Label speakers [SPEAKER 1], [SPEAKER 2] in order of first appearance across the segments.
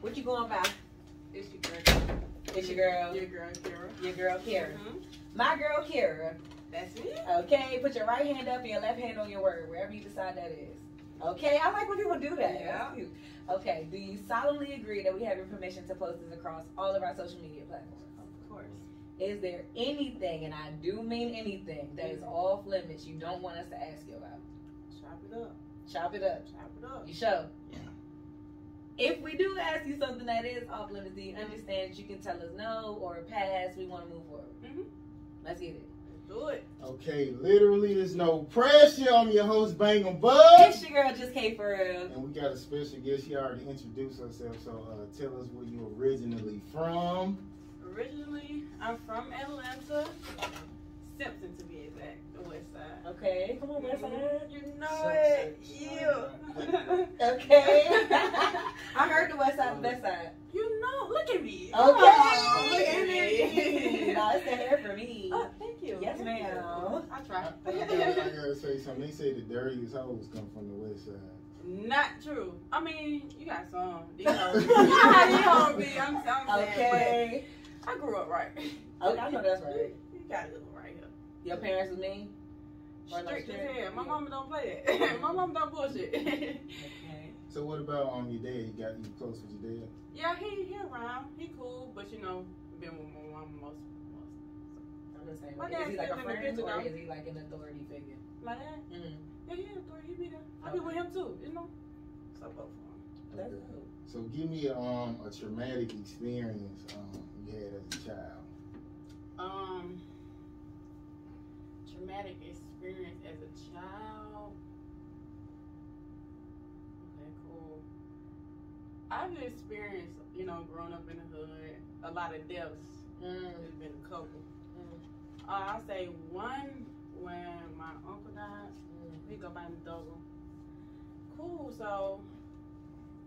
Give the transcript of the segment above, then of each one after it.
[SPEAKER 1] What you going by?
[SPEAKER 2] It's your girl.
[SPEAKER 1] It's your girl, Mm-hmm.
[SPEAKER 2] Your girl, Kira.
[SPEAKER 1] your girl Kara.
[SPEAKER 2] Mhm.
[SPEAKER 1] My girl Kara.
[SPEAKER 2] That's me.
[SPEAKER 1] Okay, put your right hand up and your left hand on your word, wherever you decide that is. Okay, I like when people do that.
[SPEAKER 2] Yeah.
[SPEAKER 1] That's cute. Okay, do you solemnly agree that we have your permission to post this across all of our social media platforms?
[SPEAKER 2] Of course.
[SPEAKER 1] Is there anything, and I do mean anything, that is off limits you don't want us to ask you about?
[SPEAKER 2] Chop it up.
[SPEAKER 1] Chop it up.
[SPEAKER 2] Chop it up.
[SPEAKER 1] You show. If we do ask you something that is off limits, do you understand that you can tell us no or pass? We want to move forward.
[SPEAKER 2] Mhm.
[SPEAKER 1] Let's get it.
[SPEAKER 2] Let's do it.
[SPEAKER 3] Okay, literally, there's no pressure. I'm your host, Bangum Bud.
[SPEAKER 1] It's your girl, just K for real.
[SPEAKER 3] And we got a special guest. She already introduced herself, so uh, tell us where you originally from.
[SPEAKER 2] Originally, I'm from Atlanta, Simpson to be exact, the West Side. Mm-hmm.
[SPEAKER 1] Okay. Come on, West Side.
[SPEAKER 2] You know it. You.
[SPEAKER 1] Okay. I heard the west side, the best side.
[SPEAKER 2] you know. Look at me.
[SPEAKER 1] Okay.
[SPEAKER 2] Oh,
[SPEAKER 1] Look at me. no, it's the hair for me.
[SPEAKER 2] Oh, thank you.
[SPEAKER 1] Yes,
[SPEAKER 2] Thank you.
[SPEAKER 1] ma'am.
[SPEAKER 2] I
[SPEAKER 3] I,
[SPEAKER 2] try.
[SPEAKER 3] I gotta, I gotta say something. They say the dirtiest hoes come from the west side.
[SPEAKER 2] Not true. I mean, you got some. You know, you know how these hoes be. I'm, I'm saying,
[SPEAKER 1] Okay.
[SPEAKER 2] but I grew up right.
[SPEAKER 1] Okay, I know that's right.
[SPEAKER 2] You got a little right here.
[SPEAKER 1] Your parents was mean. Or like
[SPEAKER 2] Strict as
[SPEAKER 1] strict.
[SPEAKER 2] hell. My mama don't play that. My mama don't bullshit.
[SPEAKER 1] Okay.
[SPEAKER 3] So what about um your dad? You got you close with your dad?
[SPEAKER 2] yeah, he he around. He cool, but you know, been with my mama most. most.
[SPEAKER 1] I'm just saying.
[SPEAKER 2] My
[SPEAKER 1] Like, is he
[SPEAKER 2] dad's
[SPEAKER 1] like a
[SPEAKER 2] living in the
[SPEAKER 1] friend or
[SPEAKER 2] picture, though.
[SPEAKER 1] is he like an authority figure?
[SPEAKER 2] My dad.
[SPEAKER 1] Mm.
[SPEAKER 2] Yeah, he a three. He be there. I be with him too. You know. So both. of 'em.
[SPEAKER 1] That's
[SPEAKER 3] Okay.
[SPEAKER 1] cool.
[SPEAKER 3] So give me um a traumatic experience um you had as a child.
[SPEAKER 2] Um. Traumatic experience as a child. Okay, cool. I've experienced, you know, growing up in the hood, a lot of deaths.
[SPEAKER 1] Mm.
[SPEAKER 2] There's been a couple. Uh, I'll say one when my uncle died. We go by him double. Cool. So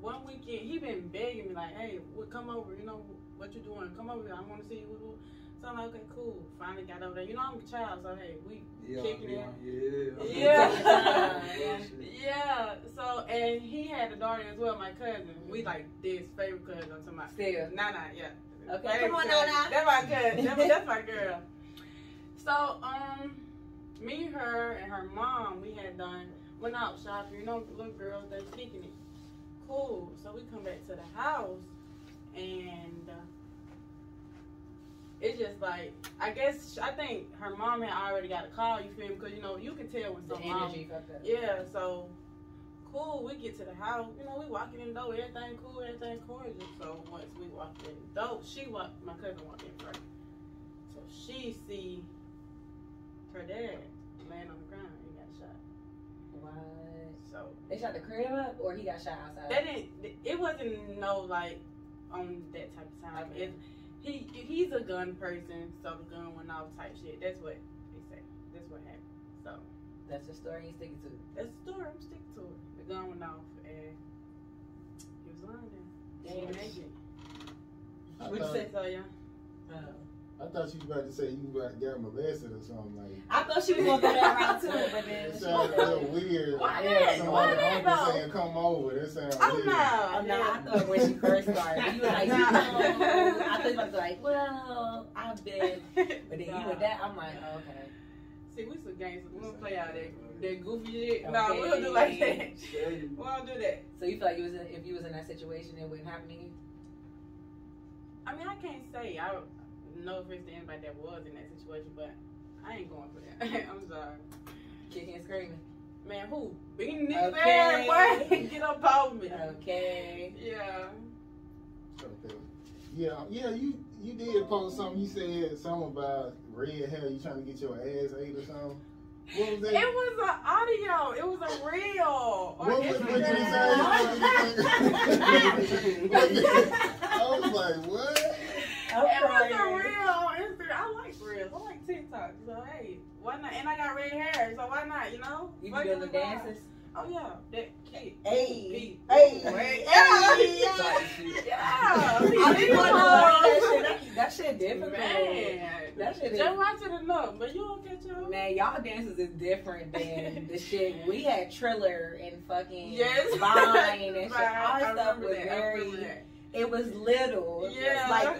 [SPEAKER 2] one weekend he been begging me like, "Hey, what come over? You know what you doing? Come over here. I want to see you." woo, woo." So I'm like, "Okay, cool." Finally got over there. You know I'm a child, so hey, we
[SPEAKER 4] Yeah,
[SPEAKER 2] kicking
[SPEAKER 4] yeah,
[SPEAKER 2] it.
[SPEAKER 4] yeah.
[SPEAKER 2] Yeah.
[SPEAKER 4] Bullshit.
[SPEAKER 2] Yeah. So and he had a daughter as well, my cousin. We like this favorite cousin. I'm talking about
[SPEAKER 1] Still.
[SPEAKER 2] Nah, nah, yeah.
[SPEAKER 1] Okay,
[SPEAKER 2] Favorite
[SPEAKER 1] come on,
[SPEAKER 2] cousin.
[SPEAKER 1] Nana.
[SPEAKER 2] That's my cousin. That's, that's my girl. So, um, me, her, and her mom, we had done went out shopping. You know, little girls they kicking it. Cool. So we come back to the house, and uh, it's just like I guess I think her mom had already got a call. You feel me? Because you know you can tell when
[SPEAKER 1] The
[SPEAKER 2] some mom
[SPEAKER 1] energy fucked up.
[SPEAKER 2] yeah, so cool. We get to the house, you know, we walking in the door, everything cool, everything cordial. So once we walked in the door, she walked, my cousin walked in first. So she see her dad laying on the ground. He got shot.
[SPEAKER 1] What?
[SPEAKER 2] So
[SPEAKER 1] They shot the crib up or he got shot outside?
[SPEAKER 2] that didn't. It wasn't no like on that type of time.
[SPEAKER 1] Okay.
[SPEAKER 2] It, he he's a gun person, so the gun went off type shit. That's what they say. That's what happened. So.
[SPEAKER 1] That's the story he's sticking to.
[SPEAKER 2] That's the story. I'm sticking to it. The gun went off and he was lying there. He didn't make it.
[SPEAKER 3] I
[SPEAKER 2] What you
[SPEAKER 3] thought,
[SPEAKER 2] say, Taya?
[SPEAKER 1] Oh.
[SPEAKER 3] I thought you was about to say you about got molested or something like.
[SPEAKER 1] I thought she was gonna go that route too, but then
[SPEAKER 3] That
[SPEAKER 1] she
[SPEAKER 3] sounds a little weird.
[SPEAKER 2] Why
[SPEAKER 1] that?
[SPEAKER 3] Somebody
[SPEAKER 1] Why
[SPEAKER 2] that,
[SPEAKER 3] hungry
[SPEAKER 2] though?
[SPEAKER 3] saying come over. That sounds
[SPEAKER 2] Oh
[SPEAKER 3] weird.
[SPEAKER 2] no!
[SPEAKER 1] Oh, no, I
[SPEAKER 2] Yeah.
[SPEAKER 1] thought when she first started, you were like,
[SPEAKER 2] Nah.
[SPEAKER 1] no. I thought you was like, well, I've been. But then you
[SPEAKER 2] Nah.
[SPEAKER 1] were that, I'm like, oh, okay.
[SPEAKER 2] See, we some gangsters. We don't play out that that goofy shit. No,
[SPEAKER 1] Okay.
[SPEAKER 2] we don't do like that.
[SPEAKER 4] Shady.
[SPEAKER 2] We don't do that.
[SPEAKER 1] So you feel like it was in, if you was in that situation, it wouldn't happen to you?
[SPEAKER 2] I mean, I can't say I no offense to anybody that was in that situation, but I ain't going for that. I'm sorry,
[SPEAKER 1] Kicking and screaming.
[SPEAKER 2] man. Who beating this
[SPEAKER 1] Okay.
[SPEAKER 2] man? What? Get up on me?
[SPEAKER 1] Okay.
[SPEAKER 2] Yeah.
[SPEAKER 3] Okay. Yeah, yeah, you you did post something. You said something about red hair. You trying to get your ass ate or something. What was
[SPEAKER 2] It
[SPEAKER 3] that?
[SPEAKER 2] was an audio. It was a reel. on
[SPEAKER 3] What was- what did he
[SPEAKER 2] Instagram.
[SPEAKER 3] say? What did he say? I was like, what?
[SPEAKER 1] I'm
[SPEAKER 2] It was a
[SPEAKER 1] crying.
[SPEAKER 2] reel on Instagram. I like reels. I like TikTok. So hey, why not? And I got red hair, so why not? You know.
[SPEAKER 1] You
[SPEAKER 2] Fuck
[SPEAKER 1] be doing
[SPEAKER 2] it,
[SPEAKER 1] the
[SPEAKER 2] why not?
[SPEAKER 1] dances?
[SPEAKER 2] Oh yeah, that kid.
[SPEAKER 1] Hey.
[SPEAKER 2] Ooh,
[SPEAKER 1] Hey.
[SPEAKER 2] wait.
[SPEAKER 1] Hey.
[SPEAKER 2] Yeah.
[SPEAKER 4] Type shit.
[SPEAKER 2] Yeah.
[SPEAKER 1] I be
[SPEAKER 2] Yeah.
[SPEAKER 1] wanting to watch that shit. That, that shit different.
[SPEAKER 2] Man,
[SPEAKER 1] That shit is
[SPEAKER 2] just watch it enough, but you don't catch your.
[SPEAKER 1] Man, y'all dances is different than the shit we had. Triller and fucking
[SPEAKER 2] Yes.
[SPEAKER 1] Vine and shit. Our
[SPEAKER 2] I
[SPEAKER 1] stuff
[SPEAKER 2] remember
[SPEAKER 1] was
[SPEAKER 2] that. I
[SPEAKER 1] very
[SPEAKER 2] remember that.
[SPEAKER 1] It was little.
[SPEAKER 2] Yeah.
[SPEAKER 1] Like,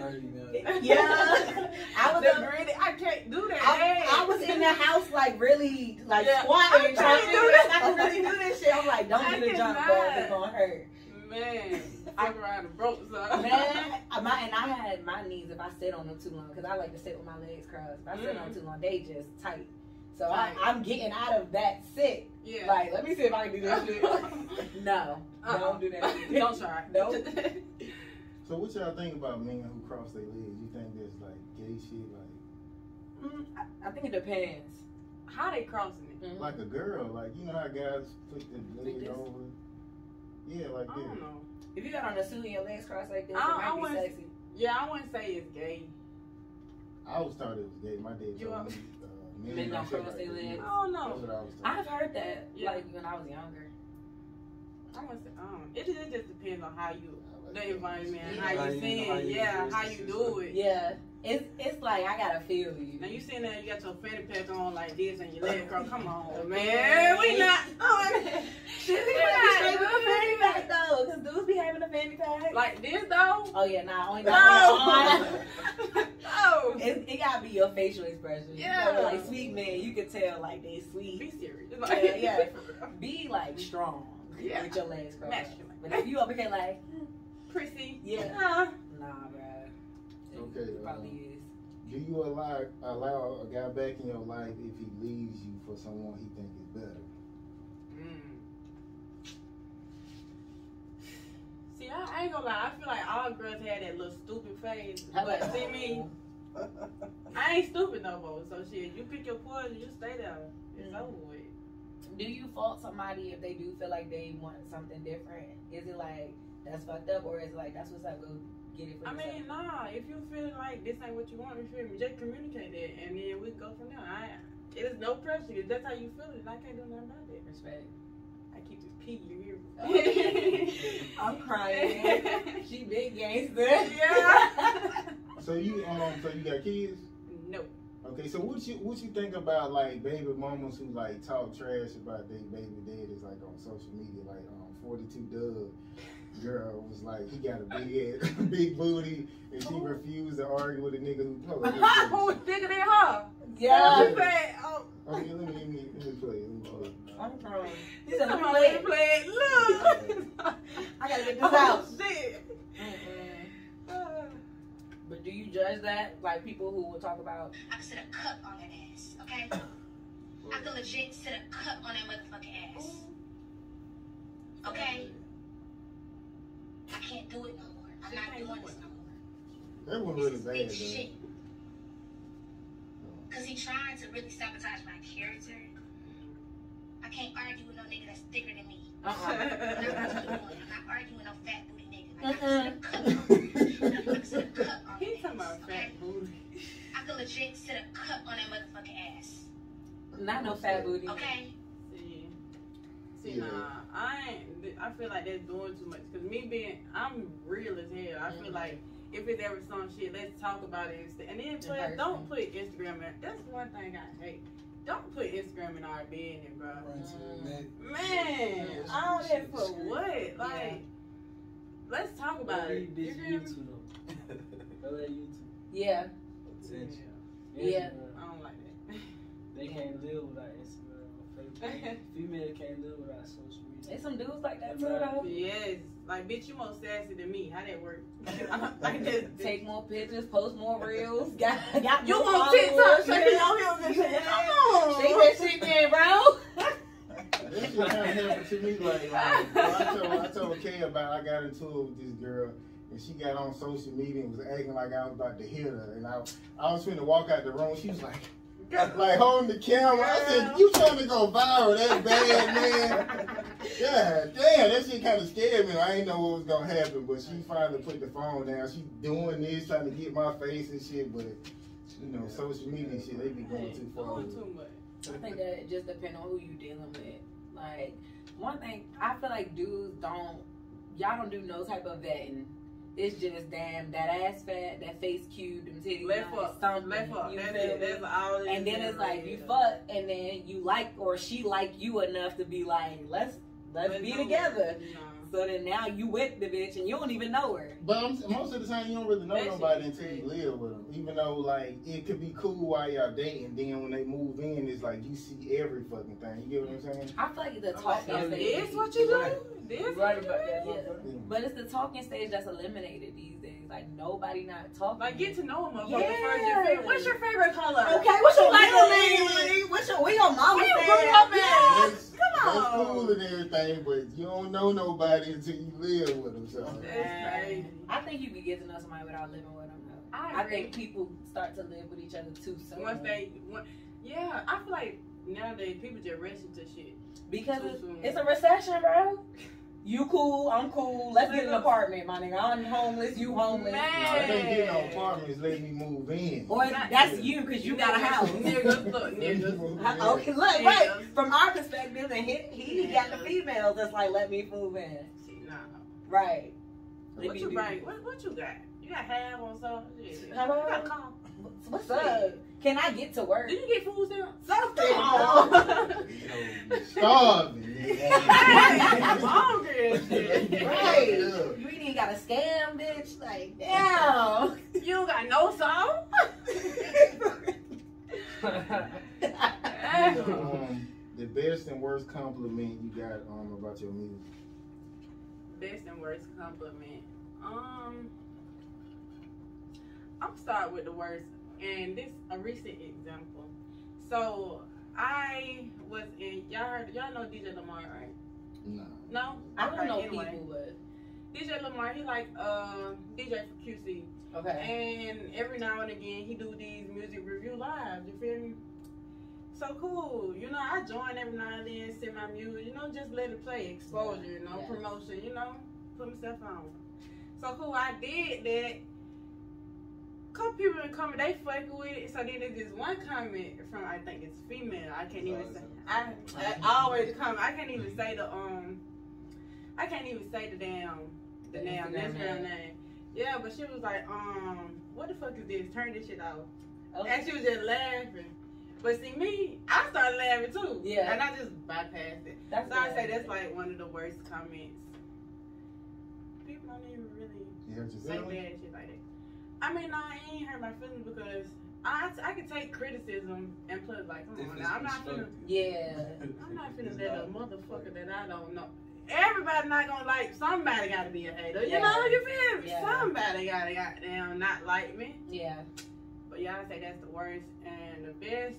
[SPEAKER 4] Like,
[SPEAKER 1] yeah. I was,
[SPEAKER 2] the
[SPEAKER 1] up,
[SPEAKER 2] gritty. I can't do that.
[SPEAKER 1] I, I was in the house, like, really, like,
[SPEAKER 2] Yeah,
[SPEAKER 1] squatting.
[SPEAKER 2] I can't
[SPEAKER 1] trying to figure
[SPEAKER 2] do
[SPEAKER 1] out
[SPEAKER 2] this.
[SPEAKER 1] if I can really do this shit. I'm like, don't
[SPEAKER 2] I
[SPEAKER 1] get a jump ball.
[SPEAKER 2] cannot.
[SPEAKER 1] It's going to hurt.
[SPEAKER 2] Man, I around and broke some.
[SPEAKER 1] Man, I- my and I had my knees if I sit on them too long because I like to sit with my legs crossed. If I
[SPEAKER 2] Mm.
[SPEAKER 1] sit on them too long, they just tight. So I,
[SPEAKER 2] Right.
[SPEAKER 1] I'm getting out of that sit.
[SPEAKER 2] yeah.
[SPEAKER 1] Like, let me see if I can do this shit. no,
[SPEAKER 2] Uh-uh.
[SPEAKER 1] don't do that. shit.
[SPEAKER 2] don't try.
[SPEAKER 1] Nope.
[SPEAKER 3] So what y'all think about men who cross their legs? You think that's like gay shit, like
[SPEAKER 1] Mm, I, I think it depends.
[SPEAKER 2] How they crossing it?
[SPEAKER 1] Mhm.
[SPEAKER 3] like a girl, like you know how guys put their
[SPEAKER 1] Like
[SPEAKER 3] leg
[SPEAKER 1] this? Oh.
[SPEAKER 3] over? Yeah, like
[SPEAKER 2] I don't
[SPEAKER 3] that.
[SPEAKER 2] know.
[SPEAKER 1] if you got on a suit and your legs crossed like this,
[SPEAKER 2] I- I
[SPEAKER 1] it might
[SPEAKER 2] wouldn't-
[SPEAKER 1] be sexy.
[SPEAKER 2] Yeah, I wouldn't say it's gay.
[SPEAKER 3] I always thought it was gay. My dad
[SPEAKER 2] You
[SPEAKER 3] told
[SPEAKER 2] are-
[SPEAKER 3] me uh, men,
[SPEAKER 1] Men don't
[SPEAKER 3] shit
[SPEAKER 1] cross their
[SPEAKER 3] that.
[SPEAKER 2] I
[SPEAKER 1] legs. Oh,
[SPEAKER 2] don't
[SPEAKER 3] That's
[SPEAKER 2] know.
[SPEAKER 3] what I was taught.
[SPEAKER 1] I've heard that
[SPEAKER 2] Yeah.
[SPEAKER 1] like when I was younger.
[SPEAKER 2] I wouldn't say. Um, it, just, it just depends on how you,
[SPEAKER 3] I like
[SPEAKER 2] the
[SPEAKER 3] that.
[SPEAKER 2] environment,
[SPEAKER 1] Yeah.
[SPEAKER 2] how
[SPEAKER 4] How
[SPEAKER 2] you
[SPEAKER 4] you-
[SPEAKER 2] see
[SPEAKER 4] how
[SPEAKER 2] it,
[SPEAKER 4] you
[SPEAKER 2] yeah,
[SPEAKER 4] dress
[SPEAKER 2] how
[SPEAKER 4] and
[SPEAKER 2] you
[SPEAKER 4] shit,
[SPEAKER 2] do
[SPEAKER 4] so-
[SPEAKER 2] it.
[SPEAKER 1] Yeah, it's it's like I gotta feel you.
[SPEAKER 2] Now you sitting there, you got your fanny pack on like this, and your leg girl, come on, man, we not on it.
[SPEAKER 1] Dudes be having a fanny pack though, cause dudes be having a fanny pack.
[SPEAKER 2] Like this though.
[SPEAKER 1] Oh yeah, nah, only
[SPEAKER 2] No.
[SPEAKER 1] no.
[SPEAKER 2] no.
[SPEAKER 1] It, it gotta be your facial expression. Yeah,
[SPEAKER 2] Yeah.
[SPEAKER 1] like sweet man, you could tell like they
[SPEAKER 2] Be
[SPEAKER 1] sweet.
[SPEAKER 2] serious.
[SPEAKER 1] Yeah, yeah. Be like strong
[SPEAKER 2] Yeah.
[SPEAKER 1] with your legs crossed.
[SPEAKER 2] Masculine.
[SPEAKER 1] But if you over here like,
[SPEAKER 2] Prissy.
[SPEAKER 1] Yeah.
[SPEAKER 2] Nah.
[SPEAKER 1] nah, bruh.
[SPEAKER 3] Okay,
[SPEAKER 1] It
[SPEAKER 3] um,
[SPEAKER 1] probably is.
[SPEAKER 3] Do you allow allow a guy back in your life if he leaves you for someone he think is better?
[SPEAKER 2] See, I, I ain't gonna lie. I feel like all girls had that little stupid phase. But see me, I ain't stupid no more. So shit, you pick your poison, you stay there. It's
[SPEAKER 1] Mhm.
[SPEAKER 2] over with.
[SPEAKER 1] Do you fault somebody if they do feel like they want something different? Is it like that's fucked up, or is it like that's what's up? Go get it for
[SPEAKER 2] I
[SPEAKER 1] yourself?
[SPEAKER 2] mean, nah. If you feel like this ain't what you want, you feel me? Just communicate that, and then we go from there. I, it is no pressure. If that's how you feel, then I can't do nothing about it.
[SPEAKER 1] respect.
[SPEAKER 2] I keep this pee. You hear me?
[SPEAKER 1] I'm crying. she big gangster.
[SPEAKER 2] yeah.
[SPEAKER 3] So you um so you got kids?
[SPEAKER 2] no.
[SPEAKER 3] Okay, so what you what you think about like baby mamas who like talk trash about their baby daddies like on social media like um forty two Doug girl was like he got a big ass, big booty and
[SPEAKER 4] Oh.
[SPEAKER 3] she refused to argue with a nigga who told her. this
[SPEAKER 2] Who was
[SPEAKER 3] shit.
[SPEAKER 2] bigger than her?
[SPEAKER 1] yeah.
[SPEAKER 2] She said, oh,
[SPEAKER 3] Okay, let me let me let me play. Let me play.
[SPEAKER 1] I'm crying.
[SPEAKER 2] He
[SPEAKER 1] He
[SPEAKER 2] said,
[SPEAKER 1] said,
[SPEAKER 2] "Come
[SPEAKER 1] "Let me
[SPEAKER 2] on,
[SPEAKER 1] play
[SPEAKER 2] let
[SPEAKER 1] it."
[SPEAKER 2] me play it. Look.
[SPEAKER 1] I gotta get this out.
[SPEAKER 2] oh, shit.
[SPEAKER 1] Mm-mm.
[SPEAKER 2] Uh,
[SPEAKER 1] But do you judge that? Like people who will talk about
[SPEAKER 5] I sit a cup on that ass, okay? I could legit sit a cup on that motherfucking ass. Okay? I can't do it no more. I'm not doing this no more.
[SPEAKER 3] That one
[SPEAKER 5] This
[SPEAKER 3] really
[SPEAKER 5] is
[SPEAKER 3] bad
[SPEAKER 5] big
[SPEAKER 3] though. Oh.
[SPEAKER 5] shit. Cause he trying to really sabotage my character. I can't argue with no nigga that's thicker than me.
[SPEAKER 1] uh-uh.
[SPEAKER 5] I'm not gonna keep doing it. I'm not arguing with no fat booty nigga. Like, I could sit a cup. I could sit a cup on
[SPEAKER 2] He Uh-uh.
[SPEAKER 5] that
[SPEAKER 2] talking
[SPEAKER 5] ass,
[SPEAKER 2] about
[SPEAKER 5] okay?
[SPEAKER 2] fat booty.
[SPEAKER 5] I could legit sit a cup on that motherfucking ass,
[SPEAKER 1] Not no fat booty.
[SPEAKER 5] okay?
[SPEAKER 2] See, see,
[SPEAKER 3] Yeah.
[SPEAKER 2] nah, I ain't. th- I feel like that's doing too much. Cause me being, I'm real as hell. I feel
[SPEAKER 1] Mhm.
[SPEAKER 2] like if it's ever some shit, let's talk about it instead. And then, plus,
[SPEAKER 1] person.
[SPEAKER 2] don't put Instagram. In, that's one thing I hate. Don't put Instagram in our business, bro. Man,
[SPEAKER 4] Yeah, it's
[SPEAKER 2] all that
[SPEAKER 4] some shit
[SPEAKER 2] for
[SPEAKER 4] that's great.
[SPEAKER 2] what? Like, let's talk about
[SPEAKER 4] About
[SPEAKER 2] it.
[SPEAKER 4] it.
[SPEAKER 2] You hear me?
[SPEAKER 4] YouTube though. All that YouTube
[SPEAKER 1] Yeah.
[SPEAKER 4] attention.
[SPEAKER 1] Yeah.
[SPEAKER 4] Instagram,
[SPEAKER 2] I don't like that.
[SPEAKER 4] They can't live without Instagram or Facebook. Female can't live without social media.
[SPEAKER 1] There's some dudes like that too though.
[SPEAKER 2] yes, like, bitch, you more sassy than me. How that work? like, this.
[SPEAKER 1] Take more pictures, post more reels. Got, got
[SPEAKER 2] you
[SPEAKER 1] more
[SPEAKER 2] want TikTok?
[SPEAKER 1] followers.
[SPEAKER 2] Shake it on him.
[SPEAKER 1] Yeah. Shake
[SPEAKER 2] Come on.
[SPEAKER 1] that shit, man, bro.
[SPEAKER 3] That's what kind of happened to me. Like, like I told I told Kay about I got into it with this girl, and she got on social media and was acting like I was about to hit her, and I I was trying to walk out the room. She was like, like holding the camera. I said, "You trying to go viral that bad, man?" Yeah, damn, that shit kind of scared me. I didn't know what was gonna happen, but she finally put the phone down. She doing this, trying to get my face and shit, but you know, social media shit, they be going too far.
[SPEAKER 2] Doing too much.
[SPEAKER 1] I think that it just depends on who you dealing with. Like one thing, I feel like dudes don't, y'all don't do no type of vetting. It's just damn that ass fat, that face cute, them titties,
[SPEAKER 2] Left
[SPEAKER 1] nice,
[SPEAKER 2] up,
[SPEAKER 1] something.
[SPEAKER 2] left up.
[SPEAKER 1] you
[SPEAKER 2] That's
[SPEAKER 1] feel
[SPEAKER 2] it.
[SPEAKER 1] me?
[SPEAKER 2] That's all. it
[SPEAKER 1] And then
[SPEAKER 2] is.
[SPEAKER 1] it's like you
[SPEAKER 2] Yeah.
[SPEAKER 1] fuck, and then you like or she like you enough to be like, let's Let's
[SPEAKER 2] But
[SPEAKER 1] be
[SPEAKER 2] no,
[SPEAKER 1] together.
[SPEAKER 2] no.
[SPEAKER 1] So then now you with the bitch and you don't even know her.
[SPEAKER 3] But I'm, most of the time, you don't really know
[SPEAKER 2] That shit
[SPEAKER 3] nobody
[SPEAKER 2] is
[SPEAKER 3] until you
[SPEAKER 2] crazy.
[SPEAKER 3] live with them. Even though, like, it could be cool while y'all dating. Then when they move in, it's like you see every fucking thing. You get what I'm saying?
[SPEAKER 1] I feel like the
[SPEAKER 2] I'm like,
[SPEAKER 1] talking
[SPEAKER 4] I'm
[SPEAKER 1] stage,
[SPEAKER 2] This what you do?
[SPEAKER 4] Right.
[SPEAKER 2] This
[SPEAKER 4] right
[SPEAKER 2] what you
[SPEAKER 4] about that,
[SPEAKER 2] do?
[SPEAKER 1] Yeah.
[SPEAKER 4] motherfucker.
[SPEAKER 1] but it's the talking stage that's eliminated these days. Like nobody not talking.
[SPEAKER 2] Like get to know a motherfucker
[SPEAKER 1] Yeah.
[SPEAKER 2] first. Your favorite, what's your favorite color?
[SPEAKER 1] okay, what's your
[SPEAKER 2] little
[SPEAKER 1] middle name? What's your where your mama
[SPEAKER 2] Where you
[SPEAKER 1] said?
[SPEAKER 2] grew up
[SPEAKER 1] Yeah.
[SPEAKER 2] at?
[SPEAKER 3] That's,
[SPEAKER 2] Come
[SPEAKER 3] that's
[SPEAKER 2] on.
[SPEAKER 3] cool and everything, but you don't know nobody until you live with them. So.
[SPEAKER 2] That's crazy.
[SPEAKER 1] I think you can get to know somebody without living with them. Though. I think people start to live with each other too soon.
[SPEAKER 2] Once they, one, yeah, I feel like nowadays people just rushing to shit.
[SPEAKER 1] because
[SPEAKER 2] Too
[SPEAKER 1] it's,
[SPEAKER 2] soon.
[SPEAKER 1] it's a recession, bro. You cool, I'm cool. Let's get an
[SPEAKER 2] Nigga.
[SPEAKER 1] apartment, my nigga. I'm homeless, you homeless.
[SPEAKER 2] Man.
[SPEAKER 3] I think getting on apartments let me move in.
[SPEAKER 1] Or that's you because you got a house.
[SPEAKER 2] Niggas, look, niggas.
[SPEAKER 1] Uh, Okay, look,
[SPEAKER 2] Yeah.
[SPEAKER 1] right. From our perspective, and he, he got the
[SPEAKER 2] Yeah.
[SPEAKER 1] females that's like, let me move in.
[SPEAKER 2] Shit, Nah.
[SPEAKER 1] Right. Let
[SPEAKER 2] What
[SPEAKER 1] me
[SPEAKER 2] you
[SPEAKER 1] do-
[SPEAKER 2] bring? What, what you got? You got half on something? Shit. You
[SPEAKER 1] Hello?
[SPEAKER 2] got a call.
[SPEAKER 1] What's- What's up? Can I get to work?
[SPEAKER 2] Do you get food stamps?
[SPEAKER 1] Something.
[SPEAKER 2] Come on.
[SPEAKER 3] Yo, starving.
[SPEAKER 2] Hey, I'm hungry and shit.
[SPEAKER 1] Right.
[SPEAKER 3] Yeah.
[SPEAKER 1] You ain't even got a scam, bitch. Like, damn.
[SPEAKER 2] You don't got no soul?
[SPEAKER 3] um, the best and worst compliment you got um about your music.
[SPEAKER 2] Best and worst compliment. Um, I'm start with the worst, and this a recent example. So I was in y'all heard, y'all know DJ Lamar right?
[SPEAKER 3] Nah.
[SPEAKER 2] No,
[SPEAKER 1] I don't
[SPEAKER 2] Okay,
[SPEAKER 1] know
[SPEAKER 2] anyway.
[SPEAKER 1] people,
[SPEAKER 2] DJ Lamar, he like uh, DJ for QC,
[SPEAKER 1] but okay.
[SPEAKER 2] and every now and again he do these music review lives. You feel me? So cool, you know. I join every now and then, send my music, you know, just let it play, exposure, you know,
[SPEAKER 1] Yeah.
[SPEAKER 2] promotion, you know, put myself on. So cool, I did that. Couple people in comment, they fucking with it. So then there's this one comment from I think it's female. I can't even say. I, I always comment. I can't even say the um. I can't even say the damn the name, Instagram name. Yeah, but she was like, um, what the fuck is this? Turn this shit off.
[SPEAKER 1] Okay.
[SPEAKER 2] And she was just laughing. But see me, I started laughing too.
[SPEAKER 1] Yeah.
[SPEAKER 2] And I just bypassed it.
[SPEAKER 1] That's
[SPEAKER 2] So I
[SPEAKER 1] good.
[SPEAKER 2] say that's like one of the worst comments. People don't even really
[SPEAKER 3] You have to
[SPEAKER 2] say
[SPEAKER 3] say
[SPEAKER 2] bad shit like that. I mean, no, I ain't hurt my feelings because I, I can take criticism and put like, come on now, I'm not feeling
[SPEAKER 1] Yeah.
[SPEAKER 2] I'm not finna let a motherfucker that I don't know. Everybody not gonna like. Somebody gotta be a hater. You
[SPEAKER 1] Yeah.
[SPEAKER 2] know, you feel me?
[SPEAKER 1] Yeah.
[SPEAKER 2] Somebody gotta goddamn not like me.
[SPEAKER 1] Yeah.
[SPEAKER 2] But y'all say that's the worst and the best.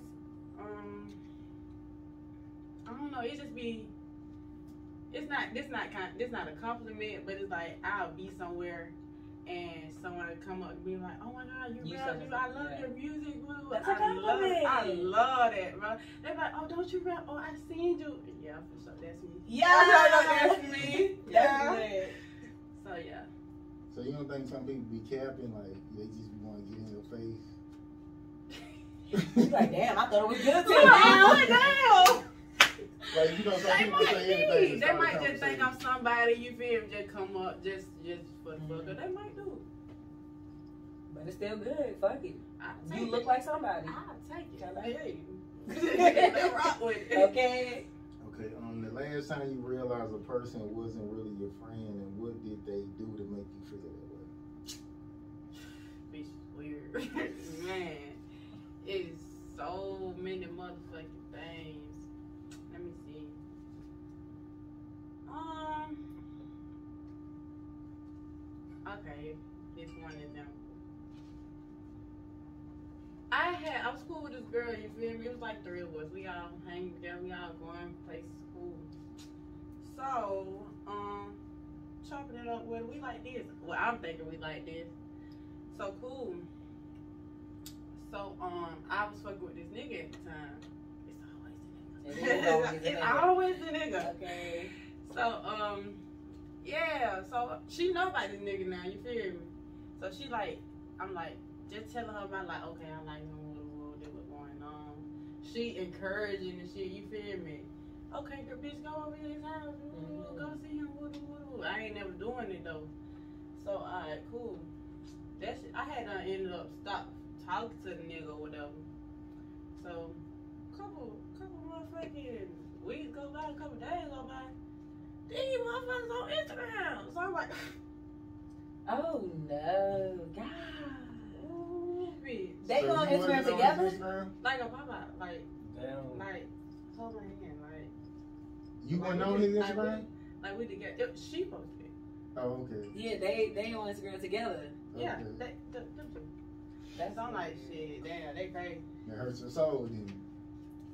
[SPEAKER 2] Um, I don't know. It just be. It's not. This not kind. This not a compliment, but it's like I'll be somewhere. And someone will come up and be like, "Oh my God, you,
[SPEAKER 1] You
[SPEAKER 2] rap!
[SPEAKER 1] said
[SPEAKER 2] You, I
[SPEAKER 1] that,
[SPEAKER 2] love
[SPEAKER 1] yeah.
[SPEAKER 2] your music, boo!
[SPEAKER 1] That's a
[SPEAKER 2] I love, I
[SPEAKER 1] compliment.
[SPEAKER 2] love that, bro. They're like, "Oh, don't you rap? Oh, I seen you. Yeah, for sure, that's me.
[SPEAKER 1] Yeah.
[SPEAKER 2] I know that's me.
[SPEAKER 1] That's
[SPEAKER 2] Yeah.
[SPEAKER 1] good.
[SPEAKER 2] So yeah,
[SPEAKER 3] So you don't think some people be capping like they just be want to get in your face?
[SPEAKER 1] You like, damn, I thought it was good till
[SPEAKER 2] Look,
[SPEAKER 1] now.
[SPEAKER 2] what the hell?
[SPEAKER 3] Like you know, some
[SPEAKER 2] They
[SPEAKER 3] people
[SPEAKER 2] might
[SPEAKER 3] say anything.
[SPEAKER 2] be.
[SPEAKER 3] to
[SPEAKER 2] They
[SPEAKER 3] start a
[SPEAKER 2] might just think I'm
[SPEAKER 3] conversation.
[SPEAKER 2] somebody. You feel me? Just come up, just just for the fuck. of it. They might do.
[SPEAKER 1] But it's still good. Fuck it.
[SPEAKER 2] I
[SPEAKER 1] You look like somebody.
[SPEAKER 2] I'll take it.
[SPEAKER 1] I
[SPEAKER 2] Hey, they rock with it.
[SPEAKER 1] Okay.
[SPEAKER 3] Okay. Um, the last time you realized a person wasn't really your friend, and what did they do to make you feel that way?
[SPEAKER 2] Bitch, weird. Man, it's so many motherfucking things. Let me see. Um. Okay, this one example. I had I was cool with this girl. You feel me? It was like three of us. We all hang together. We all going places cool. So, um, chopping it up with we like this. Well, I'm thinking we like this. So cool. So um, I was fucking with this nigga at the time. It's always a
[SPEAKER 1] It is always a
[SPEAKER 2] nigga. it's
[SPEAKER 1] nigga.
[SPEAKER 2] always a nigga.
[SPEAKER 1] Okay.
[SPEAKER 2] So, um, yeah, so she know about this nigga now, you feel me? So she like, I'm like, just telling her about like, okay, I like him, what, what, what going on. She encouraging and shit, you feel me? Okay, girl, bitch, go over to his house, woo, woo, woo, go see him, woo, woo, woo. I ain't never doing it though. So, alright, cool. That's, I had done ended up stop talking to the nigga or whatever. So, couple, couple motherfucking weeks go by, couple days go by. motherfuckers on Instagram. So I'm like,
[SPEAKER 1] Oh no, God.
[SPEAKER 2] ooh, bitch.
[SPEAKER 1] They
[SPEAKER 3] So
[SPEAKER 1] go on
[SPEAKER 3] you wasn't
[SPEAKER 1] Instagram
[SPEAKER 3] on
[SPEAKER 1] together.
[SPEAKER 3] Instagram?
[SPEAKER 2] Like a papa, like,
[SPEAKER 4] Damn.
[SPEAKER 2] like, hold my hand, like,
[SPEAKER 3] You
[SPEAKER 2] like,
[SPEAKER 3] went
[SPEAKER 2] we
[SPEAKER 3] on
[SPEAKER 2] just-
[SPEAKER 3] his
[SPEAKER 2] like, we-
[SPEAKER 3] Instagram?
[SPEAKER 2] Like we together. She posted. it.
[SPEAKER 3] Oh, okay.
[SPEAKER 1] Yeah, they they on Instagram together.
[SPEAKER 2] Yeah,
[SPEAKER 3] Okay.
[SPEAKER 2] they, them, them two.
[SPEAKER 1] That's
[SPEAKER 2] So I'm like, shit, damn, they crazy.
[SPEAKER 3] It hurts your soul, then.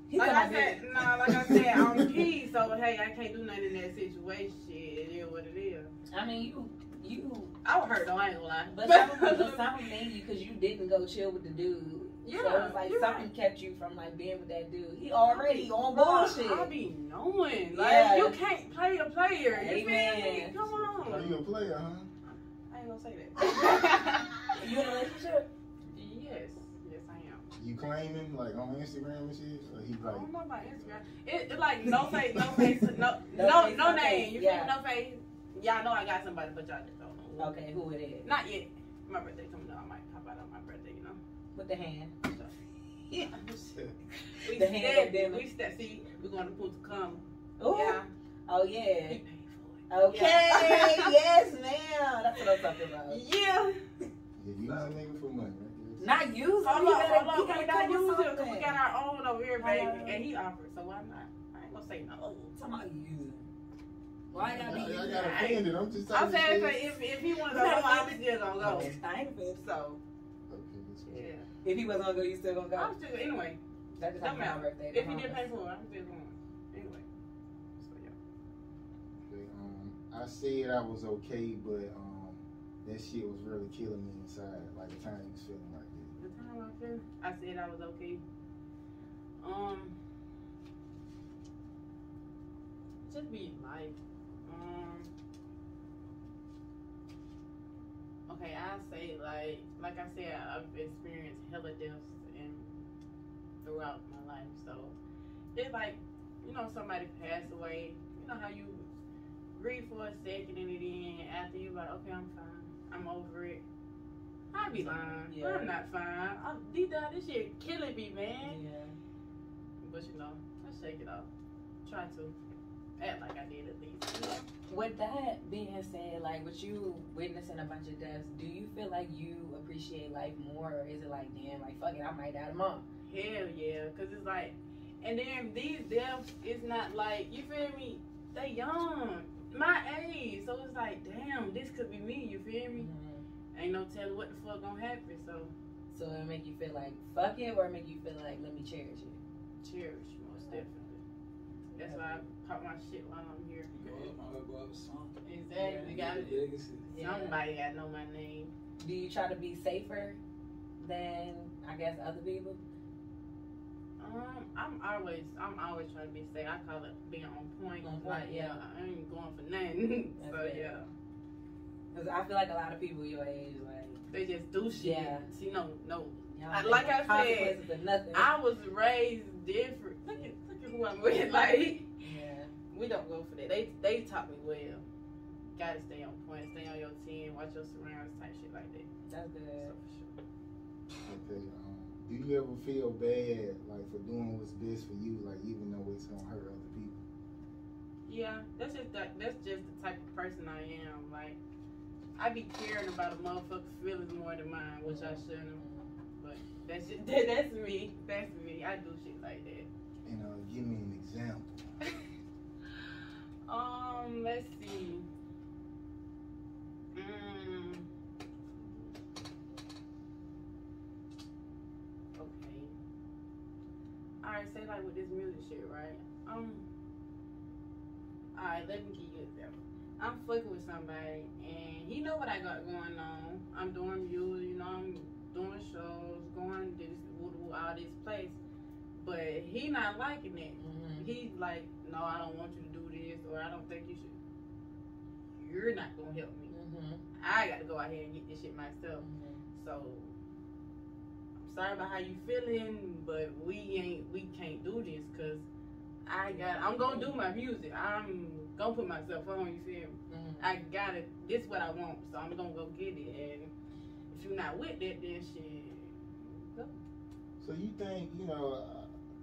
[SPEAKER 1] He
[SPEAKER 2] like I
[SPEAKER 1] talking
[SPEAKER 2] said,
[SPEAKER 1] about-
[SPEAKER 2] no, like I said, I'm P, so hey, I can't do nothing in that situation. It is what it is.
[SPEAKER 1] I mean, you you,
[SPEAKER 2] I was hurt though, I ain't gonna lie.
[SPEAKER 1] but something, but something in you because you didn't go chill with the dude.
[SPEAKER 2] Yeah,
[SPEAKER 1] so it's like
[SPEAKER 2] you're
[SPEAKER 1] something
[SPEAKER 2] right.
[SPEAKER 1] kept you from like being with that dude. He already on bullshit.
[SPEAKER 2] I be knowing. Like,
[SPEAKER 1] Yeah.
[SPEAKER 2] you can't play a player. You feel me?
[SPEAKER 1] Amen.
[SPEAKER 2] Come on.
[SPEAKER 3] Are you a player, huh?
[SPEAKER 2] I ain't gonna say that.
[SPEAKER 1] you in a relationship?
[SPEAKER 2] yes. Yes, I am.
[SPEAKER 3] You claiming like on Instagram and shit? Or he
[SPEAKER 2] I
[SPEAKER 3] like
[SPEAKER 2] don't know about Instagram. It, it like no face, no face, no, no,
[SPEAKER 1] face,
[SPEAKER 2] no
[SPEAKER 1] no
[SPEAKER 2] name.
[SPEAKER 1] face,
[SPEAKER 2] You
[SPEAKER 1] yeah.
[SPEAKER 2] feel me? No face. Y'all know I got somebody, but y'all just don't know.
[SPEAKER 1] Okay, who it is?
[SPEAKER 2] Not yet. My birthday coming up. I might pop out on my birthday, you know.
[SPEAKER 1] With the hand.
[SPEAKER 2] Yeah. We
[SPEAKER 1] Oh, The
[SPEAKER 2] the
[SPEAKER 1] hand
[SPEAKER 2] step,
[SPEAKER 1] pandemic.
[SPEAKER 2] we step. See, we're going to Punta Cana.
[SPEAKER 1] Ooh.
[SPEAKER 2] Yeah.
[SPEAKER 1] Oh
[SPEAKER 2] We
[SPEAKER 1] yeah.
[SPEAKER 2] paid for
[SPEAKER 1] Okay.
[SPEAKER 2] Yeah.
[SPEAKER 1] yes, ma'am. That's what I'm talking about.
[SPEAKER 2] it. Yeah.
[SPEAKER 3] yeah, you was a nigga for money, right?
[SPEAKER 1] Not you. so
[SPEAKER 2] Hold
[SPEAKER 1] you
[SPEAKER 2] up,
[SPEAKER 1] better-
[SPEAKER 2] hold
[SPEAKER 1] you
[SPEAKER 2] up.
[SPEAKER 1] gotta come
[SPEAKER 2] We not
[SPEAKER 1] with
[SPEAKER 2] use it
[SPEAKER 1] something.
[SPEAKER 2] because we got our own over here, baby.
[SPEAKER 1] Uh-huh.
[SPEAKER 2] and he offered, so I'm not. I ain't gonna say no.
[SPEAKER 1] Talking about using. Why I gotta be
[SPEAKER 3] I, I
[SPEAKER 1] using?
[SPEAKER 3] got offended. I'm just
[SPEAKER 2] I'm
[SPEAKER 3] talking
[SPEAKER 2] saying
[SPEAKER 3] shit.
[SPEAKER 2] so if if he wanna go,
[SPEAKER 1] No,
[SPEAKER 2] I'm still gonna go.
[SPEAKER 1] Okay, I ain't offended.
[SPEAKER 2] So
[SPEAKER 3] Okay, that's
[SPEAKER 2] yeah,
[SPEAKER 3] right.
[SPEAKER 1] If he wasn't gonna go, you still gonna go.
[SPEAKER 2] I'm still anyway.
[SPEAKER 1] That just
[SPEAKER 2] don't
[SPEAKER 1] happened on my
[SPEAKER 2] matter.
[SPEAKER 1] birthday.
[SPEAKER 2] If he
[SPEAKER 1] don't
[SPEAKER 2] did
[SPEAKER 1] matter.
[SPEAKER 2] pay for it, I'm still going. Anyway. So yeah.
[SPEAKER 3] Okay, um, I said I was okay, but um, that shit was really killing me inside. Like the time you was feeling like that.
[SPEAKER 2] The time I feel, I said I was okay. Um, just be life. Um, okay, I say like, like I said, I've experienced hella deaths and throughout my life. So it's like, you know, somebody passed away. You know how you grieve for a second and then after you like, okay, I'm fine, I'm over it. I be lying.
[SPEAKER 1] Yeah.
[SPEAKER 2] I'm not fine. I'm deep down. This shit killing me, man.
[SPEAKER 1] Yeah.
[SPEAKER 2] But you know, I shake it off. Try to act like I did at least. You know?
[SPEAKER 1] With that being said, like with you witnessing a bunch of deaths, do you feel like you appreciate life more, or is it like, damn, like fuck it, I might die tomorrow?
[SPEAKER 2] Hell yeah, cause it's like, and then these deaths, it's not like you feel me. They young, my age, so it's like, damn, this could be me. You feel me?
[SPEAKER 1] Mm-hmm.
[SPEAKER 2] Ain't no telling what the fuck gonna happen. So
[SPEAKER 1] So it make you feel like fuck it, or it make you feel like let me cherish it.
[SPEAKER 2] cherish most definitely. That's why I pop my shit while I'm here.
[SPEAKER 4] Go up, might as well go up with something.
[SPEAKER 2] Exactly,
[SPEAKER 4] Yeah,
[SPEAKER 2] got it.
[SPEAKER 4] legacy.
[SPEAKER 1] Yeah.
[SPEAKER 2] Somebody gotta know my name.
[SPEAKER 1] Do you try to be safer than I guess other people?
[SPEAKER 2] Um, I'm always, I'm always trying to be safe. I call it being on point.
[SPEAKER 1] On point,
[SPEAKER 2] like,
[SPEAKER 1] yeah.
[SPEAKER 2] I ain't going for nothing.
[SPEAKER 1] That's
[SPEAKER 2] so
[SPEAKER 1] it.
[SPEAKER 2] yeah,
[SPEAKER 1] Because I feel like a lot of people your age, like
[SPEAKER 2] they just do shit.
[SPEAKER 1] Yeah.
[SPEAKER 2] See, no, no.
[SPEAKER 1] y'all
[SPEAKER 2] I-
[SPEAKER 1] think
[SPEAKER 2] like I said,
[SPEAKER 1] consequences of nothing.
[SPEAKER 2] I was raised different. Look at, look at who I'm with. Like,
[SPEAKER 1] yeah.
[SPEAKER 2] we don't go for that. They, they taught me well. Gotta stay on point, stay on your team, watch your surroundings, type shit like that.
[SPEAKER 1] That's
[SPEAKER 2] So
[SPEAKER 1] good.
[SPEAKER 2] for
[SPEAKER 3] Okay. Um, do you ever feel bad like for doing what's best for you, like even though it's gonna hurt other people?
[SPEAKER 2] sure. Yeah, that's just that. That's just the type of person I am. Like, I be caring about a motherfucker's feelings more than mine, which I
[SPEAKER 1] Mm-hmm.
[SPEAKER 2] shouldn't. That's just, that, that's me. That's me. I do shit like that.
[SPEAKER 3] And uh, give me an example.
[SPEAKER 2] Um, let's see. Mm. Okay. All right, say like with this music shit, right? Um. All right, let me give you an example. I'm fucking with somebody, and he know what I got going on. I'm doing music, you know. I'm doing shows, going this, woo, woo, all this place, but he not liking it.
[SPEAKER 1] Mhm.
[SPEAKER 2] He's like, no, I don't want you to do this, or I don't think you should. You're not gonna help me.
[SPEAKER 1] Mhm.
[SPEAKER 2] I got to go out here and get this shit myself.
[SPEAKER 1] Mm-hmm.
[SPEAKER 2] So I'm sorry about how you feeling, but we ain't, we can't do this because I got, I'm gonna do my music. I'm gonna put myself on. You feel me?
[SPEAKER 1] Mhm.
[SPEAKER 2] I got it. This what I want, so I'm gonna go get it. And if you're not with that, then shit. go.
[SPEAKER 3] So you think you know?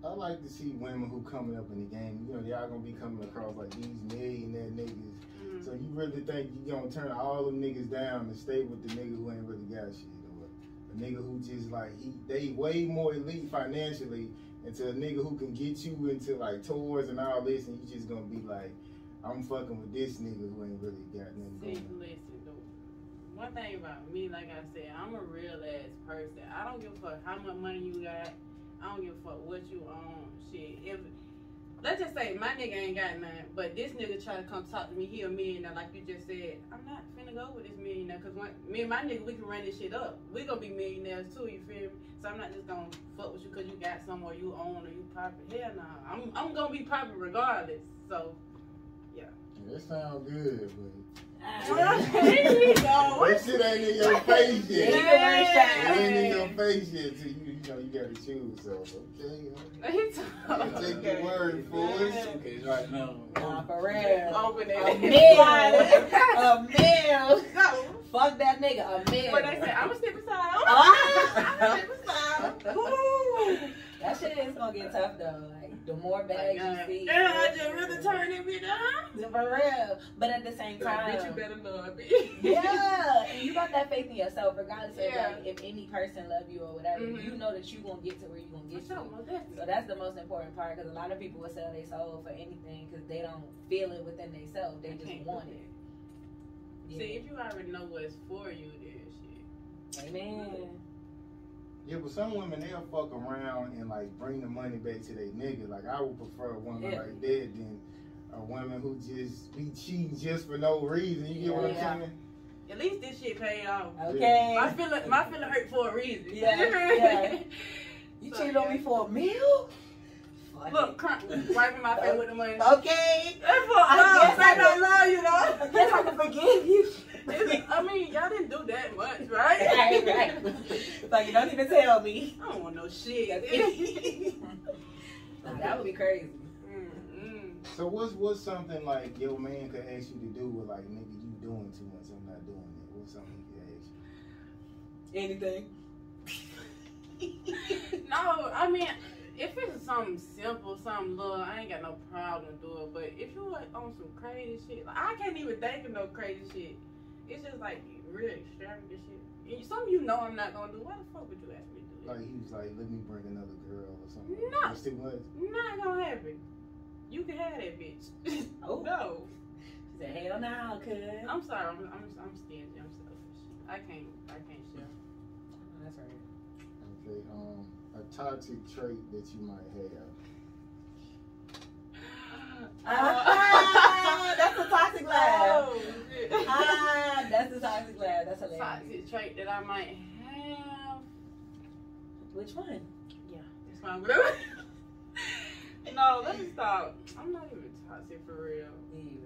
[SPEAKER 3] I, I like
[SPEAKER 2] mm-hmm.
[SPEAKER 3] to see women who coming up in the game. You know, y'all gonna be coming across like these millionaire niggas. really think you gonna turn all them niggas down and stay with the nigga who ain't really got shit or a nigga who just like he they way more elite financially and to a nigga who can get you into like tours and all this and you just gonna be like, I'm fucking with this nigga who ain't really got nothing
[SPEAKER 2] See,
[SPEAKER 3] going.
[SPEAKER 2] listen, though. One thing about me, like I said, I'm a real ass person. I don't give a fuck how much money you got. I don't give a fuck what you own. Shit. If let's just say my nigga ain't got none, but this nigga try to come talk to me, he a millionaire, like you just said. I'm not finna go with this millionaire, cause one, me and my nigga, we can run this shit up. We gonna be millionaires too, you feel me? So I'm not just gonna fuck with you cause you got some or you own or you popular. Hell nah. I'm I'm gonna be popular regardless. So
[SPEAKER 3] Yeah, that sound good, but
[SPEAKER 2] here you go.
[SPEAKER 3] that shit ain't in your face yet. It ain't in your
[SPEAKER 2] Yeah.
[SPEAKER 3] face yet till you you know you gotta choose. So okay, okay.
[SPEAKER 2] It's
[SPEAKER 3] take
[SPEAKER 2] okay.
[SPEAKER 3] your word for it.
[SPEAKER 4] Okay, right now.
[SPEAKER 1] Nah, for real.
[SPEAKER 2] Open
[SPEAKER 1] A
[SPEAKER 2] it.
[SPEAKER 1] meal.
[SPEAKER 2] Oh,
[SPEAKER 1] A meal.
[SPEAKER 2] So,
[SPEAKER 1] Fuck that nigga. A meal.
[SPEAKER 2] but they said, I'm gonna step aside.
[SPEAKER 1] Ah!
[SPEAKER 2] I'm gonna step aside. Ooh.
[SPEAKER 1] That shit is gonna get tough though. Like the more bags
[SPEAKER 2] uh, Yeah,
[SPEAKER 1] you see.
[SPEAKER 2] I just really turned it me down.
[SPEAKER 1] For real. But at the same time.
[SPEAKER 2] Bitch, you better love me.
[SPEAKER 1] yeah, and you got that faith in yourself, regardless of
[SPEAKER 2] Yeah.
[SPEAKER 1] like, if any person love you or whatever.
[SPEAKER 2] Mhm.
[SPEAKER 1] You know that you gonna get to where you gonna get
[SPEAKER 2] What's
[SPEAKER 1] to.
[SPEAKER 2] up, well, that's-
[SPEAKER 1] So that's the most important part because a lot of people will sell their soul for anything because they don't feel it within themselves. They
[SPEAKER 2] I
[SPEAKER 1] just
[SPEAKER 2] can't
[SPEAKER 1] want
[SPEAKER 2] do
[SPEAKER 1] it.
[SPEAKER 2] that. See, if you already know what's for you, then shit.
[SPEAKER 1] Amen.
[SPEAKER 3] Yeah, but some women they'll fuck around and like bring the money back to their nigga. Like I would prefer a woman
[SPEAKER 1] Yeah.
[SPEAKER 3] like that than a woman who just be cheating just for no reason. You get what I'm
[SPEAKER 1] Yeah.
[SPEAKER 3] saying?
[SPEAKER 2] At least this shit paid off.
[SPEAKER 1] Okay.
[SPEAKER 2] My feeling, my feeling hurt for a reason.
[SPEAKER 1] Yeah, yeah. You
[SPEAKER 2] So,
[SPEAKER 1] cheated on
[SPEAKER 2] yeah.
[SPEAKER 1] me for a meal?
[SPEAKER 2] Look, crunk, wiping my face with the money.
[SPEAKER 1] Oh, Okay.
[SPEAKER 2] That's for
[SPEAKER 1] I guess
[SPEAKER 2] love.
[SPEAKER 1] I
[SPEAKER 2] I don't love you though.
[SPEAKER 1] I guess I can forgive you.
[SPEAKER 2] It's- I mean, y'all didn't do that much, right?
[SPEAKER 1] right, right. Like, you don't even tell me.
[SPEAKER 2] I don't want no shit.
[SPEAKER 1] that would be crazy.
[SPEAKER 2] Mm-mm.
[SPEAKER 3] So what's what's something like your man could ask you to do with like nigga you doing too much? I'm not doing it. What's something he could ask you?
[SPEAKER 1] Anything.
[SPEAKER 2] No, I mean, if it's something simple, something little, I ain't got no problem doing. it. But if you like on some crazy shit, like I can't even think of no crazy shit. It's just like real extravagant shit. And some you know I'm not gonna do. Why the fuck would you ask me to do that?
[SPEAKER 3] Like he was like, let me bring another girl or something.
[SPEAKER 2] No.
[SPEAKER 3] That's too much.
[SPEAKER 2] Not gonna happen. You can have that bitch.
[SPEAKER 1] Oh.
[SPEAKER 2] no.
[SPEAKER 1] She said, hell no, cuz.
[SPEAKER 2] I'm sorry. I'm I'm I'm stingy. I'm selfish. I can't I can't share.
[SPEAKER 1] That's right.
[SPEAKER 3] Okay. Um, a toxic trait that you might have.
[SPEAKER 1] Ah, that's a toxic laugh.
[SPEAKER 2] Oh, shit.
[SPEAKER 1] Ah, that's a toxic laugh. That's hilarious.
[SPEAKER 2] Toxic trait that I might have.
[SPEAKER 1] Which one?
[SPEAKER 2] Yeah, that's my group. no, let me stop. I'm not even toxic for real.
[SPEAKER 1] Anyways.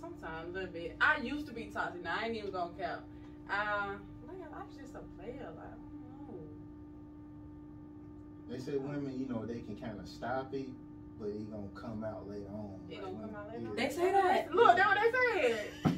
[SPEAKER 2] Sometimes a little bit. I used to be toxic. Now I ain't even gonna count. Uh, man, I'm just a player. Like, I don't know.
[SPEAKER 3] They say women, you know, they can kind of stop it, but it gonna come out later on.
[SPEAKER 2] It
[SPEAKER 3] Like,
[SPEAKER 2] gonna come
[SPEAKER 3] when-
[SPEAKER 2] out later.
[SPEAKER 1] They say that.
[SPEAKER 2] Look, that's what they said.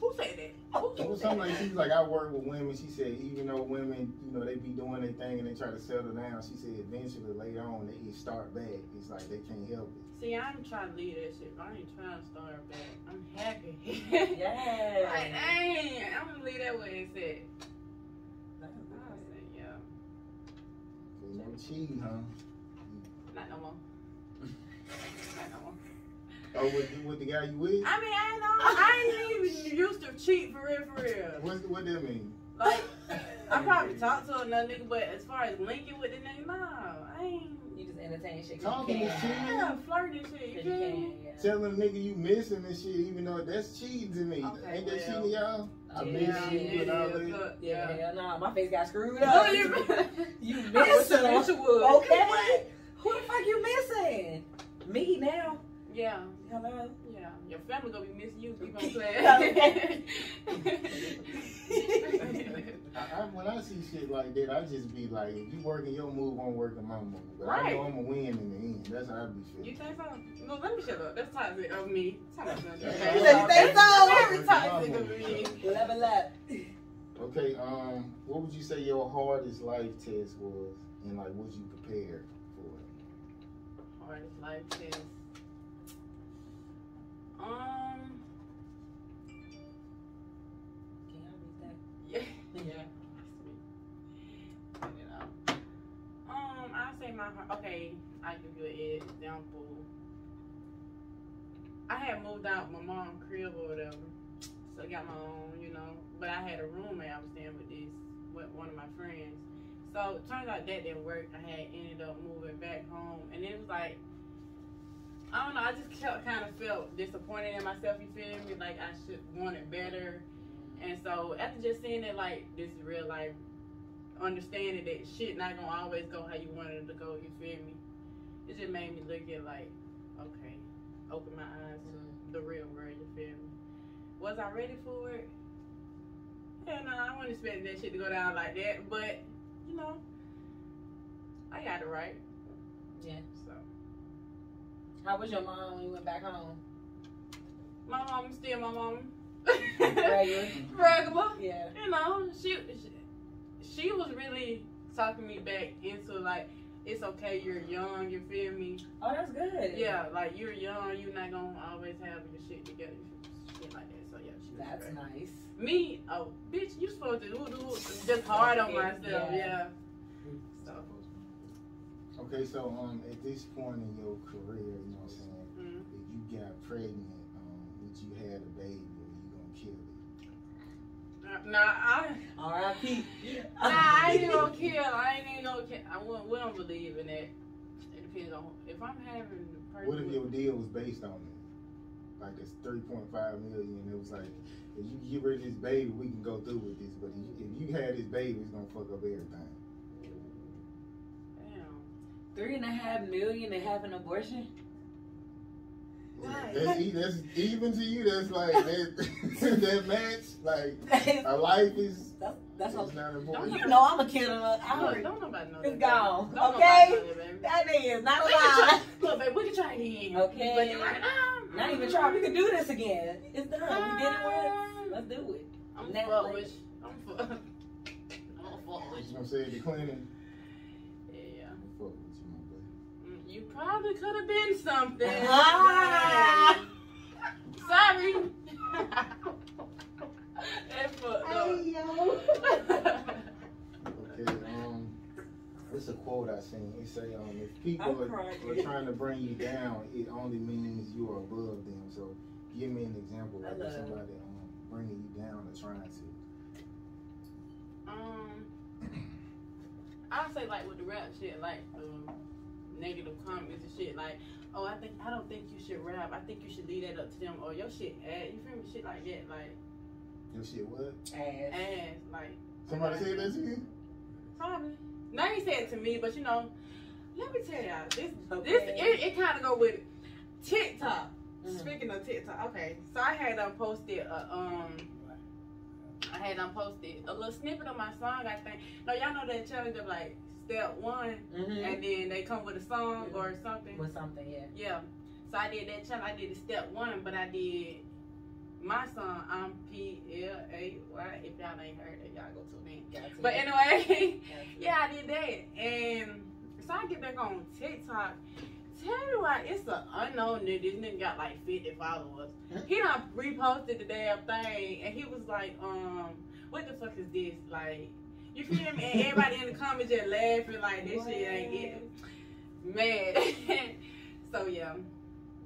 [SPEAKER 2] Who said that? Who
[SPEAKER 3] It was something like she's like I work with women. She said even though women, you know, they be doing their thing and they try to settle down. She said eventually later on they start back. It's like they can't help it.
[SPEAKER 2] See, I'm trying to leave that shit. but I ain't trying to start back. I'm happy.
[SPEAKER 1] Yeah.
[SPEAKER 2] Like, dang, I'm gonna leave that where it's at. I was
[SPEAKER 1] That's-
[SPEAKER 2] like, yeah,
[SPEAKER 3] There's no cheating, huh?
[SPEAKER 2] not no more. Not no more.
[SPEAKER 3] Oh, with, with the guy you with?
[SPEAKER 2] I mean, I ain't know. I ain't even used to cheat for real, for real.
[SPEAKER 3] What what that mean?
[SPEAKER 2] Like, I probably talked to another nigga, but as far as linking with the nigga, no, I ain't.
[SPEAKER 1] You just entertain shit. 'cause
[SPEAKER 3] Talking
[SPEAKER 1] you
[SPEAKER 3] is
[SPEAKER 1] can.
[SPEAKER 3] cheating.
[SPEAKER 2] Yeah, flirting shit. You
[SPEAKER 1] 'Cause
[SPEAKER 2] feel me?
[SPEAKER 1] you can.
[SPEAKER 3] Telling a nigga you miss him and shit, even though that's cheating to me.
[SPEAKER 2] Okay,
[SPEAKER 3] Ain't that
[SPEAKER 2] well.
[SPEAKER 3] cheating to y'all? I
[SPEAKER 1] Yeah,
[SPEAKER 3] miss you and all that.
[SPEAKER 2] look,
[SPEAKER 1] Yeah,
[SPEAKER 2] yeah.
[SPEAKER 1] hell no. My face got screwed
[SPEAKER 2] Look,
[SPEAKER 1] up.
[SPEAKER 2] you-
[SPEAKER 1] you
[SPEAKER 2] I wish I wish
[SPEAKER 1] missing.
[SPEAKER 2] you would.
[SPEAKER 1] Okay. Who the fuck you missing? Me now.
[SPEAKER 2] Yeah.
[SPEAKER 1] Hello.
[SPEAKER 2] Yeah, your family gonna be missing you. Keep on
[SPEAKER 1] Okay.
[SPEAKER 2] playing.
[SPEAKER 3] I, I, when I see shit like that, I just be like, if you working your move, I'm working my move. But I know
[SPEAKER 2] Right.
[SPEAKER 3] I'm gonna win in the end. That's how I be
[SPEAKER 2] you think
[SPEAKER 3] feeling.
[SPEAKER 2] so? No, let me shut up. That's toxic of me. Toxic.
[SPEAKER 3] You
[SPEAKER 1] said you think so?
[SPEAKER 2] Very toxic of me.
[SPEAKER 1] Level up.
[SPEAKER 3] Okay, um, what would you say your hardest life test was, and like, was you prepared for
[SPEAKER 2] Hardest life test. Um, Um, find her. Okay, I give you an example. I had moved out my mom's crib or whatever, so I got my own, you know. But I had a roommate I was staying with this with one of my friends. So turns out that didn't work. I had ended up moving back home, and it was like I don't know. I just kept kind of felt disappointed in myself. You feel me? Like I should want it better. And so after just seeing it, like this is real life, understanding that shit not gonna always go how you wanted it to go. You feel me? It just made me look at like, okay, open my eyes to the real world. You feel me? Was I ready for it? Hell no, I wasn't expecting that shit to go down like that. But you know, I got it right.
[SPEAKER 1] Yeah.
[SPEAKER 2] So.
[SPEAKER 1] How was your mom when you went back home?
[SPEAKER 2] my mom still my mom.
[SPEAKER 1] Regular.
[SPEAKER 2] Regular.
[SPEAKER 1] Yeah.
[SPEAKER 2] You know, she, she she was really talking me back into like it's okay, you're young, you feel me?
[SPEAKER 1] Oh, that's good.
[SPEAKER 2] Yeah, like you're young, you're not gonna always have your shit together, shit like that. So yeah, she was
[SPEAKER 1] That's
[SPEAKER 2] right.
[SPEAKER 1] nice.
[SPEAKER 2] Me, oh bitch, you supposed to do, do just hard on myself,
[SPEAKER 1] Yeah. Mm-hmm.
[SPEAKER 2] yeah. So,
[SPEAKER 3] Okay, so um, at this point in your career, you know what I'm saying?
[SPEAKER 2] mm.
[SPEAKER 3] If you got pregnant, um, would you had a baby, or you gonna kill it?
[SPEAKER 2] nah, I.
[SPEAKER 1] R.I.P.
[SPEAKER 2] Nah, I ain't even gonna kill. I ain't even gonna kill. I won't, we don't believe in that. It depends on if I'm having the person.
[SPEAKER 3] What if your deal was based on it? Like it's three point five million. It was like, if you get rid of this baby, we can go through with this. But if you had this baby, it's gonna fuck up everything.
[SPEAKER 2] Damn.
[SPEAKER 1] Three and a half million to have an abortion?
[SPEAKER 2] Right.
[SPEAKER 3] That's, e- that's even to you. That's like that, that match. Like
[SPEAKER 1] that's,
[SPEAKER 3] a life is
[SPEAKER 1] that's
[SPEAKER 3] is
[SPEAKER 1] a,
[SPEAKER 3] not important.
[SPEAKER 1] you know I'm a killer. I
[SPEAKER 2] Don't,
[SPEAKER 1] heard
[SPEAKER 2] don't nobody know.
[SPEAKER 1] It's
[SPEAKER 2] that,
[SPEAKER 1] gone,
[SPEAKER 2] baby. Don't
[SPEAKER 1] okay?
[SPEAKER 2] Nobody know that, baby.
[SPEAKER 1] that nigga is not
[SPEAKER 2] We can
[SPEAKER 1] alive.
[SPEAKER 2] try- Look, baby, we can try again.
[SPEAKER 1] Okay.
[SPEAKER 2] But you're like, ah, mm,
[SPEAKER 1] Not even try. We can do this again. It's done. We did it
[SPEAKER 2] Ah.
[SPEAKER 1] once. Let's do it.
[SPEAKER 2] I'm
[SPEAKER 1] Now,
[SPEAKER 2] fuck
[SPEAKER 1] like-
[SPEAKER 2] with. you. I'm fuck. I'm fuck with.
[SPEAKER 3] You know what I'm saying? The cleaning.
[SPEAKER 2] you. Yeah.
[SPEAKER 3] I'm fuck with you, my boy.
[SPEAKER 2] Mm, You probably could have been something.
[SPEAKER 1] Ah.
[SPEAKER 2] Sorry. That fucked up.
[SPEAKER 3] Okay, um, it's a quote I seen. It say, um, if people
[SPEAKER 1] I'm
[SPEAKER 3] are,
[SPEAKER 1] crying.
[SPEAKER 3] are trying to bring you down, it only means you are above them. So, give me an example like
[SPEAKER 1] Hello.
[SPEAKER 3] if somebody um bringing you down or trying to.
[SPEAKER 2] Um, I'll say like with the rap shit, like um, negative comments and shit, like, oh, I think I don't think you should rap. I think you should leave that up to them. Or your shit ass. You feel me? Shit like that, like
[SPEAKER 3] Your shit what?
[SPEAKER 1] Ass.
[SPEAKER 2] ass, like
[SPEAKER 3] Somebody said that to you?
[SPEAKER 2] probably. Now you said it to me, but you know, let me tell y'all this. This
[SPEAKER 1] Okay.
[SPEAKER 2] it, it kind of go with TikTok.
[SPEAKER 1] Mhm.
[SPEAKER 2] Speaking of TikTok, okay, so I had um, posted a um. I had um, posted a little snippet of my song. I think. No, y'all know that challenge of like step one,
[SPEAKER 1] Mm-hmm.
[SPEAKER 2] and then they come with a song or something.
[SPEAKER 1] With something, yeah.
[SPEAKER 2] Yeah. So I did that challenge. I did the step one, but I did my song. I'm P L A Y. If y'all ain't heard it, y'all go to me.
[SPEAKER 1] Got to.
[SPEAKER 2] But anyway.
[SPEAKER 1] Got to.
[SPEAKER 2] Yeah, I did that. And so I get back on TikTok. Tell me why it's an unknown nigga. This nigga got like 50 followers. He done reposted the damn thing and he was like, um, what the fuck is this? Like, you feel me? And everybody in the comments just laughing like this shit ain't it. Man. so yeah.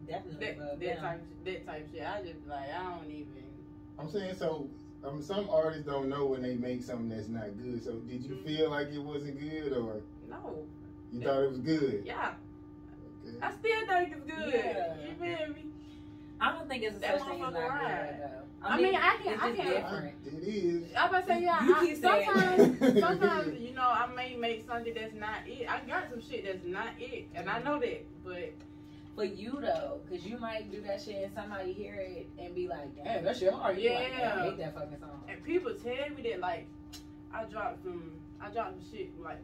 [SPEAKER 1] Definitely.
[SPEAKER 2] That,
[SPEAKER 1] above
[SPEAKER 2] that
[SPEAKER 1] them.
[SPEAKER 2] type that type shit. I just like I don't even
[SPEAKER 3] I'm saying so. Um, some artists don't know when they make something that's not good. So, did you
[SPEAKER 1] Mm-hmm.
[SPEAKER 2] Mhm.
[SPEAKER 3] feel like it wasn't good, or
[SPEAKER 2] no.
[SPEAKER 3] you thought it was good?
[SPEAKER 2] Yeah.
[SPEAKER 3] Okay.
[SPEAKER 2] I still think it's good.
[SPEAKER 1] Yeah.
[SPEAKER 2] You feel me?
[SPEAKER 1] I don't think it's a
[SPEAKER 2] That
[SPEAKER 1] such thing as not
[SPEAKER 2] motherfucker right.
[SPEAKER 1] good, though.
[SPEAKER 2] I mean, I can-
[SPEAKER 1] it's
[SPEAKER 2] I
[SPEAKER 1] just
[SPEAKER 2] can-
[SPEAKER 1] different.
[SPEAKER 3] It is.
[SPEAKER 2] I'm about to say yeah.
[SPEAKER 1] You
[SPEAKER 2] I,
[SPEAKER 1] keep saying
[SPEAKER 2] sometimes,
[SPEAKER 3] that.
[SPEAKER 2] sometimes you know I may make something that's not it. I got some shit that's not it, and I know that. But
[SPEAKER 1] For you though, because you might do that shit and somebody hear it and be like, "Damn, that shit hard." You like, "Damn, I
[SPEAKER 2] Yeah.
[SPEAKER 1] hate that fucking song.
[SPEAKER 2] and people tell me that like I dropped some, I dropped some shit like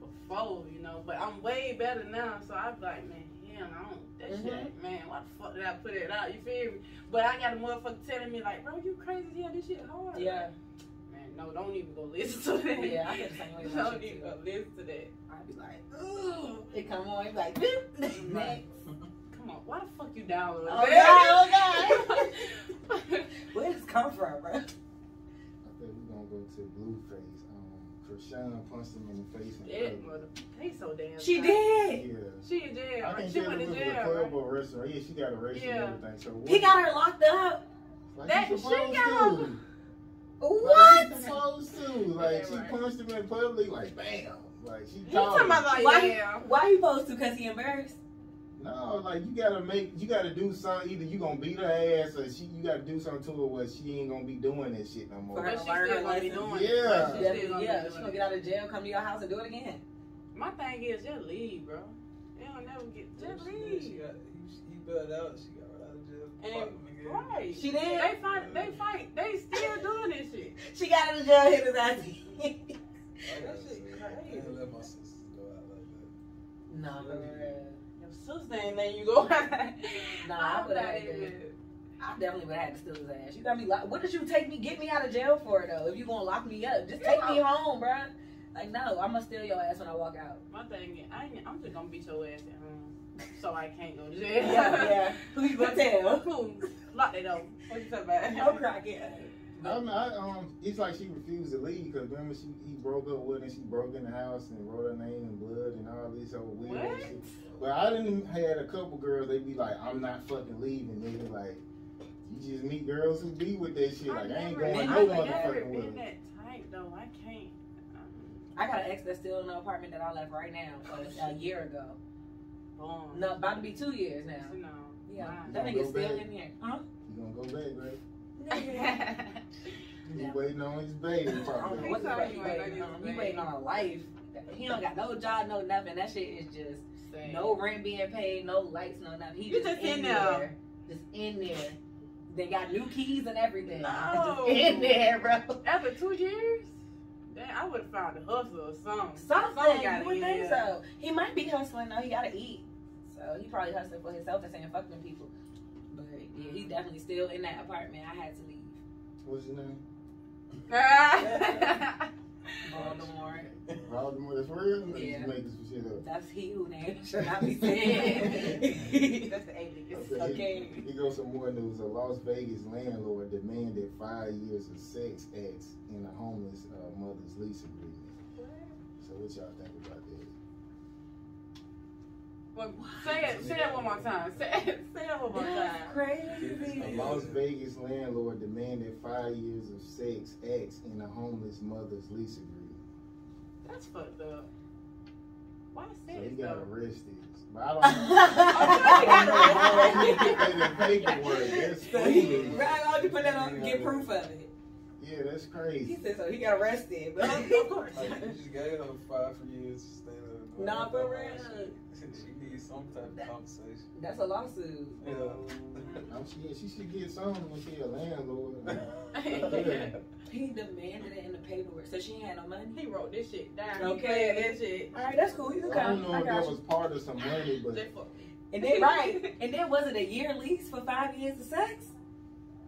[SPEAKER 2] before, you know. But I'm way better now, so I'm like, man, damn, I don't that
[SPEAKER 1] Mm-hmm.
[SPEAKER 2] shit, man. Why the fuck did I put it out? You feel me? But I got a motherfucker telling me like, bro, you crazy? Yeah, this shit hard.
[SPEAKER 1] Yeah,
[SPEAKER 2] man, no, don't even go listen to that.
[SPEAKER 1] yeah, I get the same way. with that
[SPEAKER 2] don't
[SPEAKER 1] shit,
[SPEAKER 2] even
[SPEAKER 1] too.
[SPEAKER 2] go listen to that.
[SPEAKER 1] I'd be like, "Ooh," it come on, it like, "Beep." next.
[SPEAKER 2] Come on, why the fuck you download
[SPEAKER 1] Oh,
[SPEAKER 2] that?
[SPEAKER 1] God, Where does it come from, bro?
[SPEAKER 3] I think we're gonna go to Blueface. Um, Krishan punched him in the face. And
[SPEAKER 2] That mother, they so damn.
[SPEAKER 1] She
[SPEAKER 2] tight.
[SPEAKER 3] yeah.
[SPEAKER 1] did.
[SPEAKER 2] She in jail.
[SPEAKER 3] I
[SPEAKER 2] right?
[SPEAKER 3] can't
[SPEAKER 2] She
[SPEAKER 3] tell
[SPEAKER 2] went
[SPEAKER 3] if it
[SPEAKER 2] to
[SPEAKER 3] was a
[SPEAKER 2] jail.
[SPEAKER 3] club
[SPEAKER 2] right?
[SPEAKER 3] or restaurant. Yeah, she got arrested
[SPEAKER 2] Yeah.
[SPEAKER 3] and everything. So what,
[SPEAKER 1] He got her locked up.
[SPEAKER 3] like
[SPEAKER 2] that-
[SPEAKER 3] you
[SPEAKER 2] she
[SPEAKER 3] supposed
[SPEAKER 2] got
[SPEAKER 3] to.
[SPEAKER 2] her-
[SPEAKER 1] What?
[SPEAKER 3] Like, she supposed to. Like, she
[SPEAKER 2] right.
[SPEAKER 3] punched him in public. Like, bam. Like, she
[SPEAKER 2] You
[SPEAKER 3] tall.
[SPEAKER 2] talking about like
[SPEAKER 1] Why-
[SPEAKER 2] yeah?
[SPEAKER 1] Why he supposed to? Cause he embarrassed.
[SPEAKER 3] No, like you gotta make, you gotta do something. Either you gonna beat her ass, or she, you gotta do something to her where she ain't gonna be doing that shit no more.
[SPEAKER 1] Right.
[SPEAKER 2] But she still gonna be doing it.
[SPEAKER 3] Yeah.
[SPEAKER 2] She
[SPEAKER 1] Yeah,
[SPEAKER 2] still gonna be
[SPEAKER 1] yeah.
[SPEAKER 2] doing
[SPEAKER 1] She gonna
[SPEAKER 2] it.
[SPEAKER 1] get out of jail, come to your house, and do it again.
[SPEAKER 2] My thing is, just leave, bro. They don't never get just
[SPEAKER 4] She
[SPEAKER 2] leave.
[SPEAKER 4] got, he, he bailed out. She got right out of jail.
[SPEAKER 2] And-
[SPEAKER 4] Fuck him again.
[SPEAKER 2] Right.
[SPEAKER 1] She did.
[SPEAKER 2] They fight. They fight. They still doing this shit.
[SPEAKER 1] She got out of jail, hit his ass.
[SPEAKER 4] I
[SPEAKER 2] That
[SPEAKER 4] gotta
[SPEAKER 2] shit
[SPEAKER 4] say, I
[SPEAKER 2] crazy.
[SPEAKER 4] ain't let my sisters go out like that.
[SPEAKER 1] nah, for real.
[SPEAKER 2] Your sister ain't letting you go.
[SPEAKER 1] Nah, I
[SPEAKER 2] I'm
[SPEAKER 1] would
[SPEAKER 2] not
[SPEAKER 1] have.
[SPEAKER 2] even-
[SPEAKER 1] I definitely would have had to steal his ass. You got me locked. What did you take me? Get me out of jail for though? If you gonna lock me up, just take me home, bruh. Like no, I'm gonna steal your ass when I walk out.
[SPEAKER 2] My thing is, I ain't, I'm just gonna beat your ass at home, so I can't go to jail.
[SPEAKER 1] Who you gonna tell?
[SPEAKER 2] Boom. Lock that door. What you talking about?
[SPEAKER 1] No crockett.
[SPEAKER 3] I, mean, I um, it's like she refused to leave because remember she he broke up with her and she broke in the house and wrote her name in blood and all this old weird
[SPEAKER 2] What?
[SPEAKER 3] shit. But I didn't had a couple girls they be like, I'm not fucking leaving, nigga. Like you just meet girls who be with that shit. Like I, ain't
[SPEAKER 2] never-
[SPEAKER 3] going
[SPEAKER 1] been-
[SPEAKER 3] no
[SPEAKER 2] I've never
[SPEAKER 3] motherfucking
[SPEAKER 2] been
[SPEAKER 3] with. her.
[SPEAKER 2] that tight though. I can't. um, I'm
[SPEAKER 1] I got an ex that's still in the apartment that I left right now, uh, a year ago.
[SPEAKER 2] born.
[SPEAKER 1] No, about to be two years now.
[SPEAKER 2] You know.
[SPEAKER 1] Yeah,
[SPEAKER 2] mine.
[SPEAKER 1] that
[SPEAKER 3] You
[SPEAKER 1] nigga
[SPEAKER 3] gonna go
[SPEAKER 1] still
[SPEAKER 3] back?
[SPEAKER 1] in here. Huh?
[SPEAKER 3] You gonna go back, right? He
[SPEAKER 1] Yeah.
[SPEAKER 3] waiting on his baby
[SPEAKER 1] I don't know
[SPEAKER 3] probably.
[SPEAKER 1] what the
[SPEAKER 2] He's
[SPEAKER 1] fuck he
[SPEAKER 2] already
[SPEAKER 1] waiting
[SPEAKER 2] on
[SPEAKER 1] on. He
[SPEAKER 2] his
[SPEAKER 1] waiting
[SPEAKER 2] baby.
[SPEAKER 1] on a life. He don't got no job, no nothing. That shit is just
[SPEAKER 2] Same.
[SPEAKER 1] no rent being paid, no lights, no nothing. He
[SPEAKER 2] You
[SPEAKER 1] just, in there. Just in there. They got new keys and everything.
[SPEAKER 2] No.
[SPEAKER 1] Just in there, bro.
[SPEAKER 2] After two years, then I would have found a hustle or something.
[SPEAKER 1] Something you would
[SPEAKER 2] get
[SPEAKER 1] think
[SPEAKER 2] in.
[SPEAKER 1] so. He might be hustling though. He gotta eat, so he probably hustling for himself and saying fuck them people. But yeah, he's definitely still in that apartment. I had to leave.
[SPEAKER 3] What's his name?
[SPEAKER 1] Voldemort.
[SPEAKER 3] Voldemort for real? Or
[SPEAKER 1] Yeah.
[SPEAKER 3] You making some shit up.
[SPEAKER 1] That's he who name should not be said.
[SPEAKER 2] That's the alias.
[SPEAKER 3] Okay.
[SPEAKER 1] okay.
[SPEAKER 3] He goes some more news. A Las Vegas landlord demanded five years of sex acts in a homeless uh, mother's lease agreement. So what y'all think about that?
[SPEAKER 2] Well, say it. Say it one more time. Say it. Say it one more
[SPEAKER 1] That's
[SPEAKER 2] time.
[SPEAKER 3] A
[SPEAKER 1] crazy.
[SPEAKER 3] Las Vegas landlord demanded five years of sex acts in a homeless mother's lease agreement.
[SPEAKER 2] That's fucked up. Why say
[SPEAKER 3] So he
[SPEAKER 2] it
[SPEAKER 3] got
[SPEAKER 2] though?
[SPEAKER 3] arrested. But I don't know. I don't know if he did that paperwork. That's
[SPEAKER 1] So he,
[SPEAKER 3] crazy.
[SPEAKER 1] right, I'll just put that on, get proof of it.
[SPEAKER 3] Yeah, that's
[SPEAKER 1] He
[SPEAKER 3] crazy.
[SPEAKER 1] said so. He got arrested, but
[SPEAKER 2] Of course.
[SPEAKER 4] Like, you just gave her five for years to stay there. and do
[SPEAKER 1] Nah,
[SPEAKER 4] it.
[SPEAKER 1] for real.
[SPEAKER 4] She, she needs some type of compensation.
[SPEAKER 1] that's a lawsuit.
[SPEAKER 4] Yeah.
[SPEAKER 3] I'm, she, she should get something when she a landlord.
[SPEAKER 1] He demanded it in the paperwork, so she ain't had no money.
[SPEAKER 2] he wrote this shit down.
[SPEAKER 1] Okay.
[SPEAKER 2] Okay. He played that shit.
[SPEAKER 1] All right, that's cool. You can
[SPEAKER 3] I don't
[SPEAKER 1] come.
[SPEAKER 3] know
[SPEAKER 1] I
[SPEAKER 3] if that
[SPEAKER 1] got you.
[SPEAKER 3] was part of some money, but
[SPEAKER 2] They fuck-
[SPEAKER 1] And then right, and then was it a year lease for five years of sex?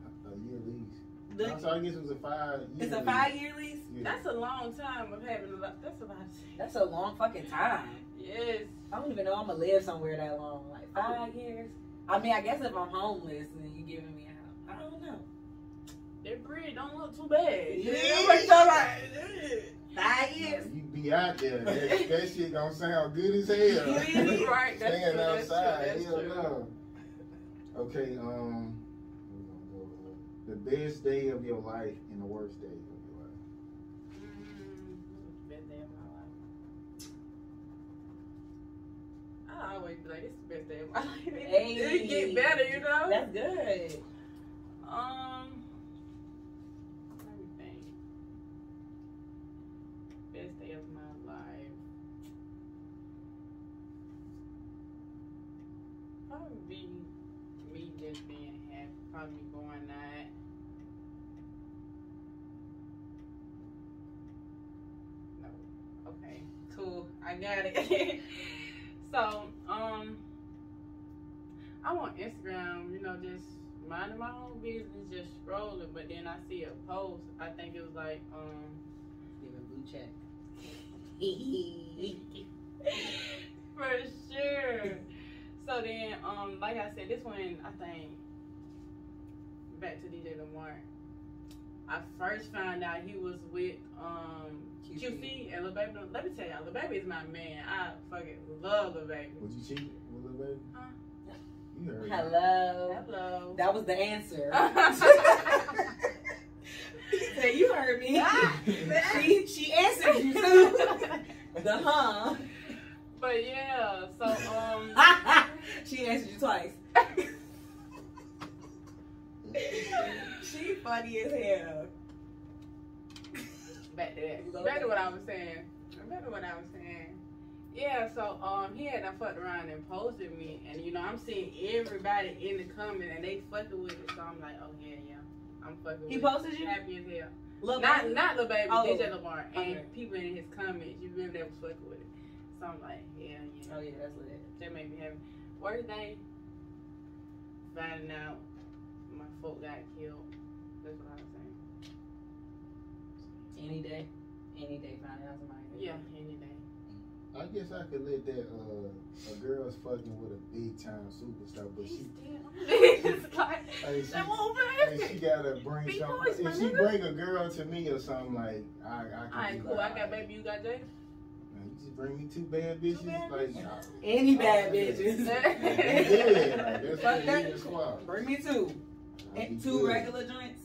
[SPEAKER 3] a year lease.
[SPEAKER 1] The-
[SPEAKER 3] so I guess it was a five. Year
[SPEAKER 1] it's a
[SPEAKER 3] lease.
[SPEAKER 1] five year lease.
[SPEAKER 3] Yeah.
[SPEAKER 2] That's a long time of having a lot. That's a lot.
[SPEAKER 1] That's a long fucking time.
[SPEAKER 2] Yes.
[SPEAKER 1] I don't even know I'm gonna live somewhere that long. Like five years. I mean, I guess if I'm homeless and you giving me a house, I don't know.
[SPEAKER 2] That bread don't look too bad.
[SPEAKER 1] Yeah.
[SPEAKER 2] Everybody talk about it.
[SPEAKER 1] Five
[SPEAKER 3] Nah,
[SPEAKER 1] years.
[SPEAKER 3] You be out there. That, that shit don't sound good as hell.
[SPEAKER 2] It is, right. That's
[SPEAKER 3] Staying
[SPEAKER 2] true, that's true,
[SPEAKER 3] outside,
[SPEAKER 2] that's
[SPEAKER 3] hell
[SPEAKER 2] true.
[SPEAKER 3] no. Okay, um, we're gonna go with the best day of your life and the worst day of your life.
[SPEAKER 2] Mm, best day of my life. I always be like, it's the best day of my life. It- It
[SPEAKER 1] Hey.
[SPEAKER 2] get better, you know.
[SPEAKER 1] That's good.
[SPEAKER 2] Um, let me think. Best day of my life. Probably be me just being happy. Probably going out. No. Okay. Cool. I got it. so, um, I'm on Instagram, you know, just minding my own business, just scrolling. But then I see a post. I think it was like, um,
[SPEAKER 1] Giving blue check.
[SPEAKER 2] for sure. So then, um, like I said, this one I think back to DJ Lamar. I first found out he was with um
[SPEAKER 1] QC.
[SPEAKER 2] QC, and Lil Baby. Let me tell y'all, Lil Baby is my man. I fucking love Lil Baby.
[SPEAKER 3] Would you cheat with Lil Baby?
[SPEAKER 2] Huh?
[SPEAKER 3] You heard me.
[SPEAKER 1] Hello.
[SPEAKER 2] Hello.
[SPEAKER 1] That was the answer. he said, you heard me. she, she answered you too. the huh.
[SPEAKER 2] but yeah, so um,
[SPEAKER 1] she answered you twice. She funny as hell.
[SPEAKER 2] back to that. Back to what I was saying. Remember what I was saying? Yeah, so um, he had done fucked around and posted me, and you know I'm seeing everybody in the comment and they fucking with it, so I'm like, oh yeah, yeah, I'm fucking.
[SPEAKER 1] He
[SPEAKER 2] with
[SPEAKER 1] posted
[SPEAKER 2] it.
[SPEAKER 1] you?
[SPEAKER 2] happy as hell.
[SPEAKER 1] Look,
[SPEAKER 2] not not Lil Baby,
[SPEAKER 1] Oh.
[SPEAKER 2] DJ Lamar, and
[SPEAKER 1] Okay.
[SPEAKER 2] people in his comments. You remember that was fucking with it, so I'm like, yeah, yeah,
[SPEAKER 1] Oh yeah, that's lit.
[SPEAKER 2] that made me happy. Worst day, finding out my folk got killed. That's what I was saying.
[SPEAKER 1] Any day, any day, finding out somebody.
[SPEAKER 2] Yeah, any day.
[SPEAKER 3] I guess I could let that uh, a girl's fucking with a big time superstar, but she
[SPEAKER 2] it's like
[SPEAKER 3] hey, she,
[SPEAKER 2] that won't
[SPEAKER 3] hey, she
[SPEAKER 2] happen.
[SPEAKER 3] gotta bring
[SPEAKER 2] Big
[SPEAKER 3] some.
[SPEAKER 2] voice, my
[SPEAKER 3] If she
[SPEAKER 2] nigga.
[SPEAKER 3] bring a girl to me or something like, I I can.
[SPEAKER 2] Alright,
[SPEAKER 3] be
[SPEAKER 2] cool. I
[SPEAKER 3] like,
[SPEAKER 2] got baby. You got Jay.
[SPEAKER 3] Man, you just bring me two bad bitches,
[SPEAKER 2] bad
[SPEAKER 3] like
[SPEAKER 2] bitches.
[SPEAKER 3] nah.
[SPEAKER 1] Any bad
[SPEAKER 3] Yeah. Oh, Yeah,
[SPEAKER 1] bitches.
[SPEAKER 3] like, that's
[SPEAKER 1] Fuck
[SPEAKER 3] what you
[SPEAKER 1] that.
[SPEAKER 3] need to swap.
[SPEAKER 1] Bring me two.
[SPEAKER 3] I'd be
[SPEAKER 1] Two
[SPEAKER 3] good.
[SPEAKER 1] regular joints.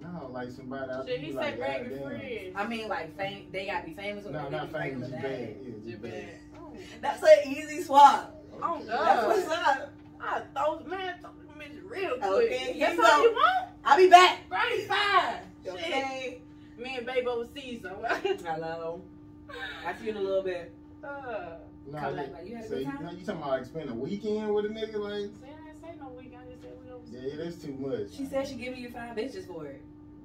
[SPEAKER 3] No, like somebody. I'd
[SPEAKER 2] Should
[SPEAKER 3] be
[SPEAKER 2] he say
[SPEAKER 3] like,
[SPEAKER 2] bring your
[SPEAKER 3] "Goddamn."
[SPEAKER 2] friend?
[SPEAKER 1] I mean, like fame. They gotta be famous. or
[SPEAKER 3] No,
[SPEAKER 1] they
[SPEAKER 3] not
[SPEAKER 1] be regular
[SPEAKER 3] famous. Just bad. Yeah,
[SPEAKER 2] Your
[SPEAKER 3] just bad.
[SPEAKER 2] bad.
[SPEAKER 1] That's an easy swap.
[SPEAKER 2] Oh,
[SPEAKER 1] That's
[SPEAKER 2] God.
[SPEAKER 1] what's up.
[SPEAKER 2] I thought man, throw them bitches real quick.
[SPEAKER 1] Okay, here
[SPEAKER 2] That's
[SPEAKER 1] you
[SPEAKER 2] all
[SPEAKER 1] go.
[SPEAKER 2] you want?
[SPEAKER 1] I'll be back.
[SPEAKER 2] Great, fine. Shit.
[SPEAKER 1] Okay.
[SPEAKER 2] Me and babe overseas uh, somewhere.
[SPEAKER 1] Hello. I see you in a little bit.
[SPEAKER 2] uh,
[SPEAKER 3] No,
[SPEAKER 1] Come
[SPEAKER 3] like,
[SPEAKER 1] back, like, you had a
[SPEAKER 3] so
[SPEAKER 1] good
[SPEAKER 3] you,
[SPEAKER 1] time?
[SPEAKER 3] no, you talking about like spend a weekend with a nigga? Like,
[SPEAKER 2] see, I didn't say no week. I just said we overseas.
[SPEAKER 3] yeah, that's too much.
[SPEAKER 1] She said she giving you five bitches for it.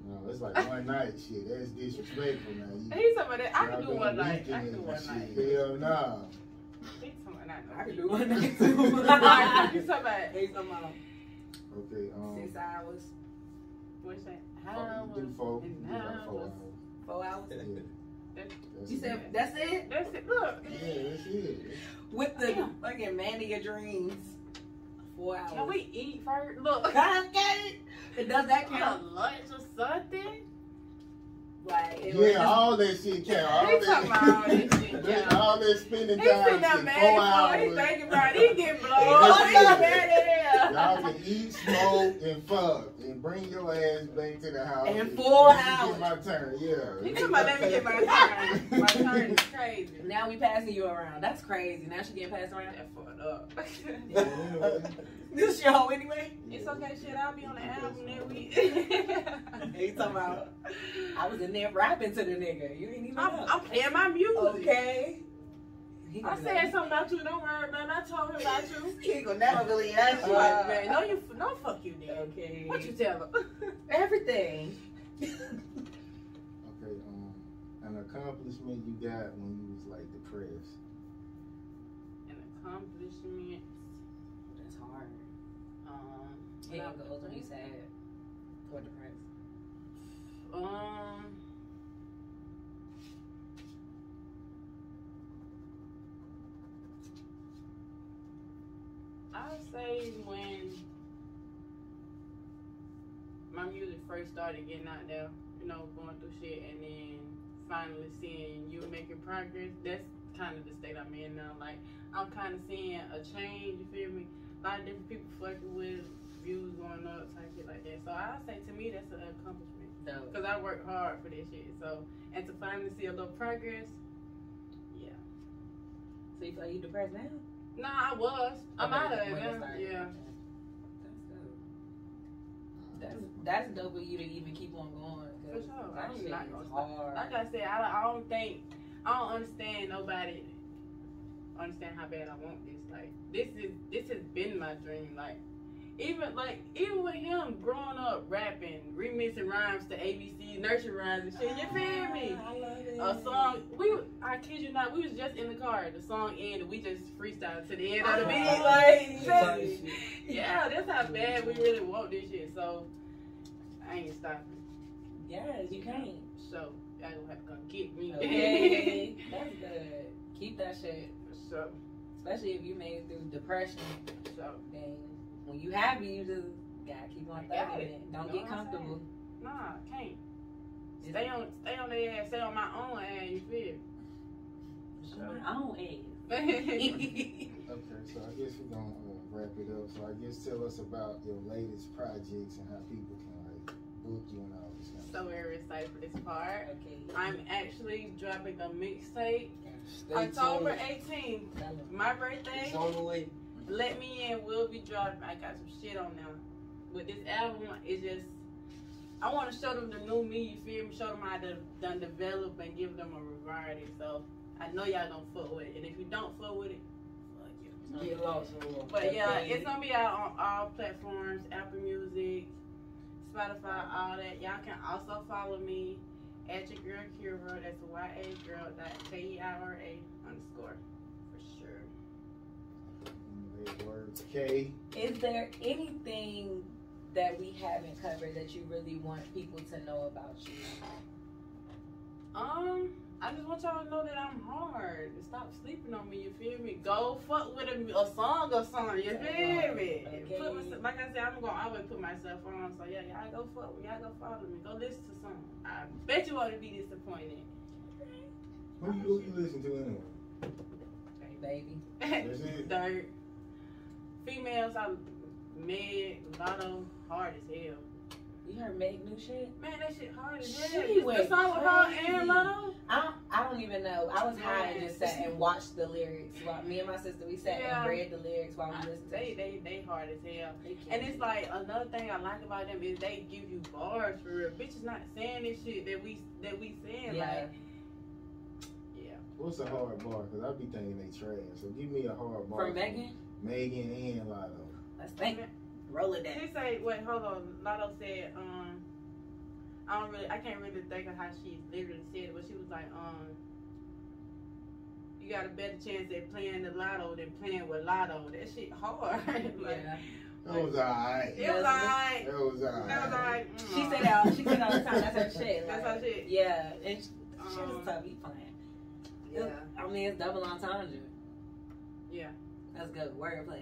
[SPEAKER 3] No, it's like one night shit. That's disrespectful, man. You,
[SPEAKER 2] He's somebody that I
[SPEAKER 3] y'all
[SPEAKER 2] can do
[SPEAKER 3] doing
[SPEAKER 2] one night. I can
[SPEAKER 3] weekends
[SPEAKER 2] do
[SPEAKER 3] and
[SPEAKER 2] one night.
[SPEAKER 3] shit. Hell nah.
[SPEAKER 2] He's somebody not no
[SPEAKER 1] I can
[SPEAKER 2] week.
[SPEAKER 1] do one night
[SPEAKER 2] Alright,
[SPEAKER 1] too.
[SPEAKER 2] you somebody.
[SPEAKER 1] Based on my
[SPEAKER 3] Okay, um,
[SPEAKER 1] six hours,
[SPEAKER 2] What's that?
[SPEAKER 3] fuck, you do four. You do like four hours.
[SPEAKER 1] four hours.
[SPEAKER 3] Yeah.
[SPEAKER 2] That's-
[SPEAKER 3] That's
[SPEAKER 1] You
[SPEAKER 3] it.
[SPEAKER 1] said that's it
[SPEAKER 2] That's it. Look.
[SPEAKER 3] Yeah, that's it.
[SPEAKER 1] with the
[SPEAKER 2] Damn.
[SPEAKER 1] fucking man of your dreams. Four hours.
[SPEAKER 2] Can we eat first? Look.
[SPEAKER 1] Okay. But does that
[SPEAKER 2] Kind
[SPEAKER 1] count?
[SPEAKER 2] of lunch or something?
[SPEAKER 1] Um, Like it was
[SPEAKER 3] Yeah, all that shit count. All
[SPEAKER 2] They
[SPEAKER 3] that,
[SPEAKER 2] talking about all that shit count.
[SPEAKER 3] all that spending
[SPEAKER 2] He's sitting
[SPEAKER 3] time,
[SPEAKER 2] there
[SPEAKER 3] shit, four
[SPEAKER 2] mad for it. He
[SPEAKER 3] hours.
[SPEAKER 2] thinking about it. He getting blown.
[SPEAKER 3] Yeah.
[SPEAKER 2] He's
[SPEAKER 1] Oh,
[SPEAKER 2] mad at
[SPEAKER 3] Y'all
[SPEAKER 2] him.
[SPEAKER 3] can eat, smoke, and fuck, and bring your ass back to the house.
[SPEAKER 1] And
[SPEAKER 3] Let me
[SPEAKER 1] four
[SPEAKER 3] Get my turn, yeah.
[SPEAKER 2] He talking about let me get my turn. My turn is crazy.
[SPEAKER 1] Now we passing you around. That's crazy. Now she getting passed around.
[SPEAKER 2] That fucked up.
[SPEAKER 1] This show anyway.
[SPEAKER 2] It's okay, shit. I'll be on the album that week.
[SPEAKER 1] Hey, you talking about? I was in there rapping to the nigga. You didn't even
[SPEAKER 2] I'm,
[SPEAKER 1] know.
[SPEAKER 2] I'm playing my music.
[SPEAKER 3] Oh,
[SPEAKER 1] okay. He
[SPEAKER 2] I
[SPEAKER 1] gonna be
[SPEAKER 2] said something about you. Don't worry about it. I told him about you.
[SPEAKER 1] like, He ain't gonna never believe that
[SPEAKER 2] That's
[SPEAKER 3] Uh,
[SPEAKER 1] shit.
[SPEAKER 2] right, man. No, you. No, fuck you, nigga.
[SPEAKER 1] Uh, Okay.
[SPEAKER 2] What you tell him?
[SPEAKER 1] Everything.
[SPEAKER 3] Okay, um, an accomplishment you got when you was like depressed.
[SPEAKER 2] An accomplishment.
[SPEAKER 1] That's hard.
[SPEAKER 2] Um.
[SPEAKER 1] It goes when you sad or depressed.
[SPEAKER 2] Um. I would say when my music first started getting out there, you know, going through shit, and then finally seeing you making progress. That's kind of the state I'm in now. Like I'm kind of seeing a change. You feel me? A lot of different people fucking with views going up, type shit like that. So I would say to me, that's an accomplishment.
[SPEAKER 1] Dope.
[SPEAKER 2] Cause I worked hard for this shit, so and to finally see a little progress, yeah.
[SPEAKER 1] So you feel like you depressed now?
[SPEAKER 2] Nah, I was. I'm out of it.
[SPEAKER 1] When
[SPEAKER 2] now.
[SPEAKER 1] started.
[SPEAKER 2] Yeah.
[SPEAKER 1] That's dope. That's that's dope for you to even keep on going. 'cause
[SPEAKER 2] For sure.
[SPEAKER 1] That
[SPEAKER 2] I'm
[SPEAKER 1] shit
[SPEAKER 2] not
[SPEAKER 1] is
[SPEAKER 2] gonna stop.
[SPEAKER 1] hard.
[SPEAKER 2] Like I said, I, I don't think I don't understand nobody understand how bad I want this. Like this is this has been my dream. Like even like even with him growing up rapping, remixing rhymes to ABC, nurture rhymes and shit. You feel me?
[SPEAKER 1] Ah, I love it.
[SPEAKER 2] a song. We, I kid you not, we was just in the car. The song ended. We just freestyled to the end
[SPEAKER 1] Ah.
[SPEAKER 2] of the beat. Like,
[SPEAKER 4] Type
[SPEAKER 2] just-
[SPEAKER 4] shit.
[SPEAKER 2] yeah, that's how bad we really want this shit. So, I ain't stopping.
[SPEAKER 1] Yes, you can't.
[SPEAKER 2] So, y'all gonna have to come get me.
[SPEAKER 1] Okay. That's good. Keep that shit.
[SPEAKER 2] so,
[SPEAKER 1] Especially if you made it through depression,
[SPEAKER 2] so
[SPEAKER 1] then when you happy, you just gotta keep on
[SPEAKER 2] I got
[SPEAKER 1] thugging
[SPEAKER 2] it.
[SPEAKER 1] it. Don't
[SPEAKER 2] Know
[SPEAKER 1] get
[SPEAKER 2] what I'm
[SPEAKER 1] comfortable.
[SPEAKER 2] Nah, can't. Stay on, stay on their ass, stay on my own ass. You feel?
[SPEAKER 1] My own ass.
[SPEAKER 3] Okay, so I guess we're gonna uh, wrap it up. So I guess tell us about your latest projects and how people can like book you and all this kind of
[SPEAKER 2] so very excited for this part.
[SPEAKER 1] okay.
[SPEAKER 2] I'm actually dropping a mixtape
[SPEAKER 4] Stay
[SPEAKER 2] October
[SPEAKER 4] tuned.
[SPEAKER 2] 18th,
[SPEAKER 4] Tell 'em.
[SPEAKER 2] my birthday.
[SPEAKER 4] It's on the way.
[SPEAKER 2] Let Me In will be dropping. I got some shit on now. But this album is just, I want to show them the new me, you feel me? Show them how to done develop and give them a variety. So I know y'all gonna fuck with it. And if you don't fuck with it, fuck you.
[SPEAKER 4] Get lost. somewhere.
[SPEAKER 2] But yeah,
[SPEAKER 4] Updated.
[SPEAKER 2] it's gonna be out on all platforms, Apple Music, Spotify, all that. Y'all can also follow me at your girl Kira. That's Y A girl dot K E I R A underscore for sure.
[SPEAKER 3] big words. Okay.
[SPEAKER 1] Is there anything that we haven't covered that you really want people to know about you?
[SPEAKER 2] Um, I just want y'all to know that I'm hard. Stop sleeping on me. You feel me? Go fuck with a, a song or something. You feel me?
[SPEAKER 1] Okay.
[SPEAKER 2] Put myself, like I said, I'm gonna always put myself on. So yeah, y'all go fuck. with- Y'all go follow me. Go listen to something. I bet you won't be disappointed.
[SPEAKER 3] Who you, who you listen to anyway?
[SPEAKER 1] Baby.
[SPEAKER 3] That's it.
[SPEAKER 2] Dirt. Females, I mad, lotto, hard as hell.
[SPEAKER 1] You heard Meg new shit?
[SPEAKER 2] Man, that shit hard as
[SPEAKER 1] She
[SPEAKER 2] hell. You- The
[SPEAKER 1] went
[SPEAKER 2] song with her
[SPEAKER 1] crazy.
[SPEAKER 2] and lotto.
[SPEAKER 1] I don't, I don't even know. I was high and just sat and watched the lyrics. While, me and my sister, we sat
[SPEAKER 2] Yeah.
[SPEAKER 1] and read the lyrics while
[SPEAKER 2] I-
[SPEAKER 1] we listened.
[SPEAKER 2] They, they, they hard as hell.
[SPEAKER 1] They can't
[SPEAKER 2] And it's
[SPEAKER 1] do
[SPEAKER 2] like another thing I like about them is they give you bars for real. Bitches not saying this shit that we that we saying.
[SPEAKER 1] Yeah.
[SPEAKER 2] Like, yeah.
[SPEAKER 3] What's a hard bar? Cause I be thinking they trash. So give me a hard
[SPEAKER 1] it.
[SPEAKER 3] bar.
[SPEAKER 1] From Megan?
[SPEAKER 3] Megan and Lotto.
[SPEAKER 1] Let's think. Roll it down.
[SPEAKER 2] He say, wait, hold on. Lotto said, um, I don't really, I can't really think of how she literally said it, but she was like, um, you got a better chance at playing the lotto than playing with lotto. That shit hard. like,
[SPEAKER 1] Yeah.
[SPEAKER 3] That was alright.
[SPEAKER 2] It was like,
[SPEAKER 3] That was
[SPEAKER 2] that was
[SPEAKER 3] alright.
[SPEAKER 2] like, mm,
[SPEAKER 1] She said that all, she said all the time. That's her shit.
[SPEAKER 2] That's
[SPEAKER 1] like,
[SPEAKER 2] her shit.
[SPEAKER 1] Yeah. And she, she was
[SPEAKER 2] Um,
[SPEAKER 1] tough. You playing. I mean, it's double entendre.
[SPEAKER 2] Yeah.
[SPEAKER 1] That's good wordplay.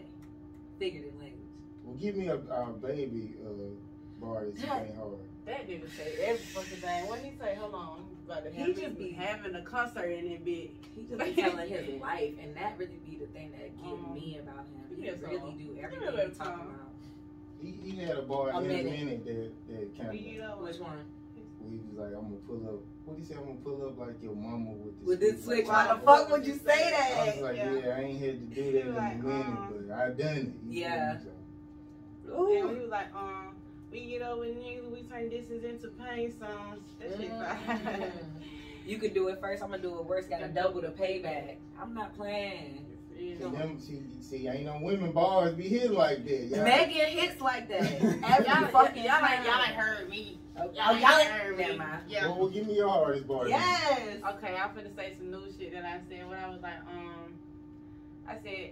[SPEAKER 1] Figurative language.
[SPEAKER 3] Well, give me a, a baby uh, bar that's ain't hard.
[SPEAKER 2] That nigga say every fucking thing. When he say, hold on, I'm about to have
[SPEAKER 1] He
[SPEAKER 2] me
[SPEAKER 1] just be-
[SPEAKER 2] having a concert in that bitch.
[SPEAKER 1] He just be telling his life, and that really be the thing that get
[SPEAKER 2] Um,
[SPEAKER 1] me about him. He
[SPEAKER 2] yes,
[SPEAKER 1] really
[SPEAKER 2] um,
[SPEAKER 1] do
[SPEAKER 2] give
[SPEAKER 1] everything
[SPEAKER 2] it a
[SPEAKER 1] he talking
[SPEAKER 2] time.
[SPEAKER 3] He, he had a
[SPEAKER 1] A
[SPEAKER 3] bar in a
[SPEAKER 1] minute.
[SPEAKER 3] minute that that kind of.
[SPEAKER 1] about. Which one?
[SPEAKER 3] Well, he was like, I'm gonna pull up. What he say? I'm gonna pull up like your mama with this.
[SPEAKER 1] With this switch, why the
[SPEAKER 2] Like,
[SPEAKER 1] fuck would you say
[SPEAKER 3] I was
[SPEAKER 1] that?
[SPEAKER 3] like,
[SPEAKER 2] Yeah.
[SPEAKER 3] yeah, I ain't had to do
[SPEAKER 2] He
[SPEAKER 3] that in
[SPEAKER 2] was
[SPEAKER 3] a
[SPEAKER 2] like,
[SPEAKER 3] minute,
[SPEAKER 2] um,
[SPEAKER 3] but I done it. You feel
[SPEAKER 1] Yeah.
[SPEAKER 3] me? So,
[SPEAKER 2] And we
[SPEAKER 1] Ooh.
[SPEAKER 2] was like, um, we get over niggas, we turn distance into pain songs. That shit fine.
[SPEAKER 1] Mm. You could do it first. I'm gonna do it worse. Gotta double the payback. I'm not playing.
[SPEAKER 3] see,
[SPEAKER 2] Yeah.
[SPEAKER 3] them, see, see, ain't no women bars be hit like that. Y'all,
[SPEAKER 1] Megan hits like that. Every
[SPEAKER 2] Y'all,
[SPEAKER 1] fucking
[SPEAKER 2] y'all,
[SPEAKER 1] time.
[SPEAKER 2] like, y'all like heard me.
[SPEAKER 1] Oh,
[SPEAKER 2] y'all
[SPEAKER 1] y'all
[SPEAKER 2] like
[SPEAKER 1] like-
[SPEAKER 2] heard me.
[SPEAKER 1] Never mind.
[SPEAKER 2] Yeah.
[SPEAKER 3] Well, well, give me your hardest bar. then.
[SPEAKER 1] Yes.
[SPEAKER 2] Okay, I'm finna say some new shit that I said. What I was like, um, I said,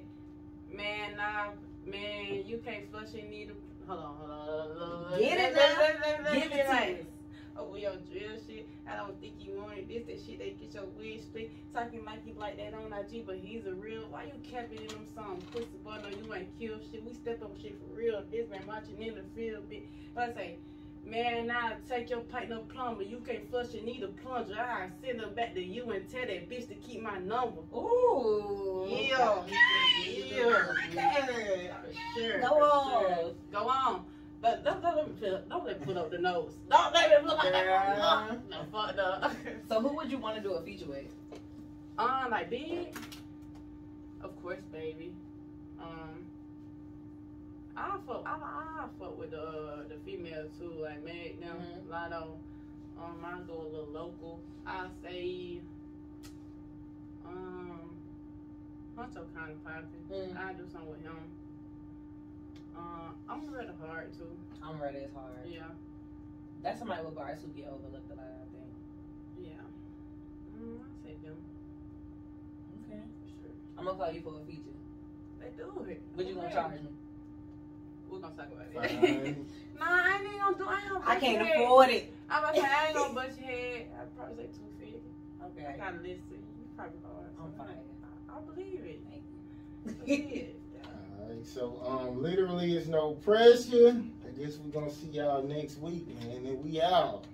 [SPEAKER 2] man, nah, man, you can't flush your needle. Hold on, hold on, hold on, hold on.
[SPEAKER 1] Get it
[SPEAKER 2] Let-
[SPEAKER 1] now.
[SPEAKER 2] let- let- let-
[SPEAKER 1] Give
[SPEAKER 2] let-
[SPEAKER 1] it
[SPEAKER 2] like,
[SPEAKER 1] to us.
[SPEAKER 2] Oh, we on drill shit. I don't think you wanted this, that shit. They get your wig split. Talking like he like that on IG, but he's a real. Why you capping in them some pussy boy? No, you ain't kill shit. We step up shit for real. This man marching in the field, bitch. But I say, man, now take your pipe, no plumber. You can't flush your need a plunger. I send her back to you and tell that bitch to keep my number.
[SPEAKER 1] Ooh.
[SPEAKER 2] Yeah, yeah, yeah. For sure.
[SPEAKER 1] Go
[SPEAKER 2] for
[SPEAKER 1] on.
[SPEAKER 2] sure. Go on. But don't, don't let me put, don't let me put up the nose. Don't let me put up the
[SPEAKER 1] Girl.
[SPEAKER 2] nose. No, fuck no.
[SPEAKER 1] So who would you want to do a feature with?
[SPEAKER 2] Um, like big. Of course, baby. Um, I fuck, I, I fuck with the uh, the female too. Like Meg, them,
[SPEAKER 1] Mhm.
[SPEAKER 2] Lotto. Um, I go a little local. I say, um, Hunter kind of popping.
[SPEAKER 1] Mm.
[SPEAKER 2] I do something with him. Uh, I'm rather hard too.
[SPEAKER 1] I'm ready as hard.
[SPEAKER 2] Yeah,
[SPEAKER 1] That's somebody with bars who get overlooked a lot. I think.
[SPEAKER 2] yeah. Mm, I say them.
[SPEAKER 1] Okay.
[SPEAKER 2] Sure.
[SPEAKER 1] I'm gonna call you for a feature.
[SPEAKER 2] They do it.
[SPEAKER 1] What you gonna charge me?
[SPEAKER 2] We're gonna talk about it.
[SPEAKER 3] Fine.
[SPEAKER 2] Nah, I ain't gonna do. I ain't gonna.
[SPEAKER 1] I can't
[SPEAKER 2] bust your head.
[SPEAKER 1] afford it.
[SPEAKER 2] I'm about to say I ain't gonna bust your head. I probably say two fifty. I
[SPEAKER 1] Okay.
[SPEAKER 2] gotta listen. You probably hard.
[SPEAKER 1] I'm
[SPEAKER 2] so
[SPEAKER 1] fine.
[SPEAKER 2] I, I believe it.
[SPEAKER 1] Thank
[SPEAKER 2] Shit.
[SPEAKER 3] Alright, so um, literally, it's no pressure. I guess we're gonna see y'all next week, man. And we out.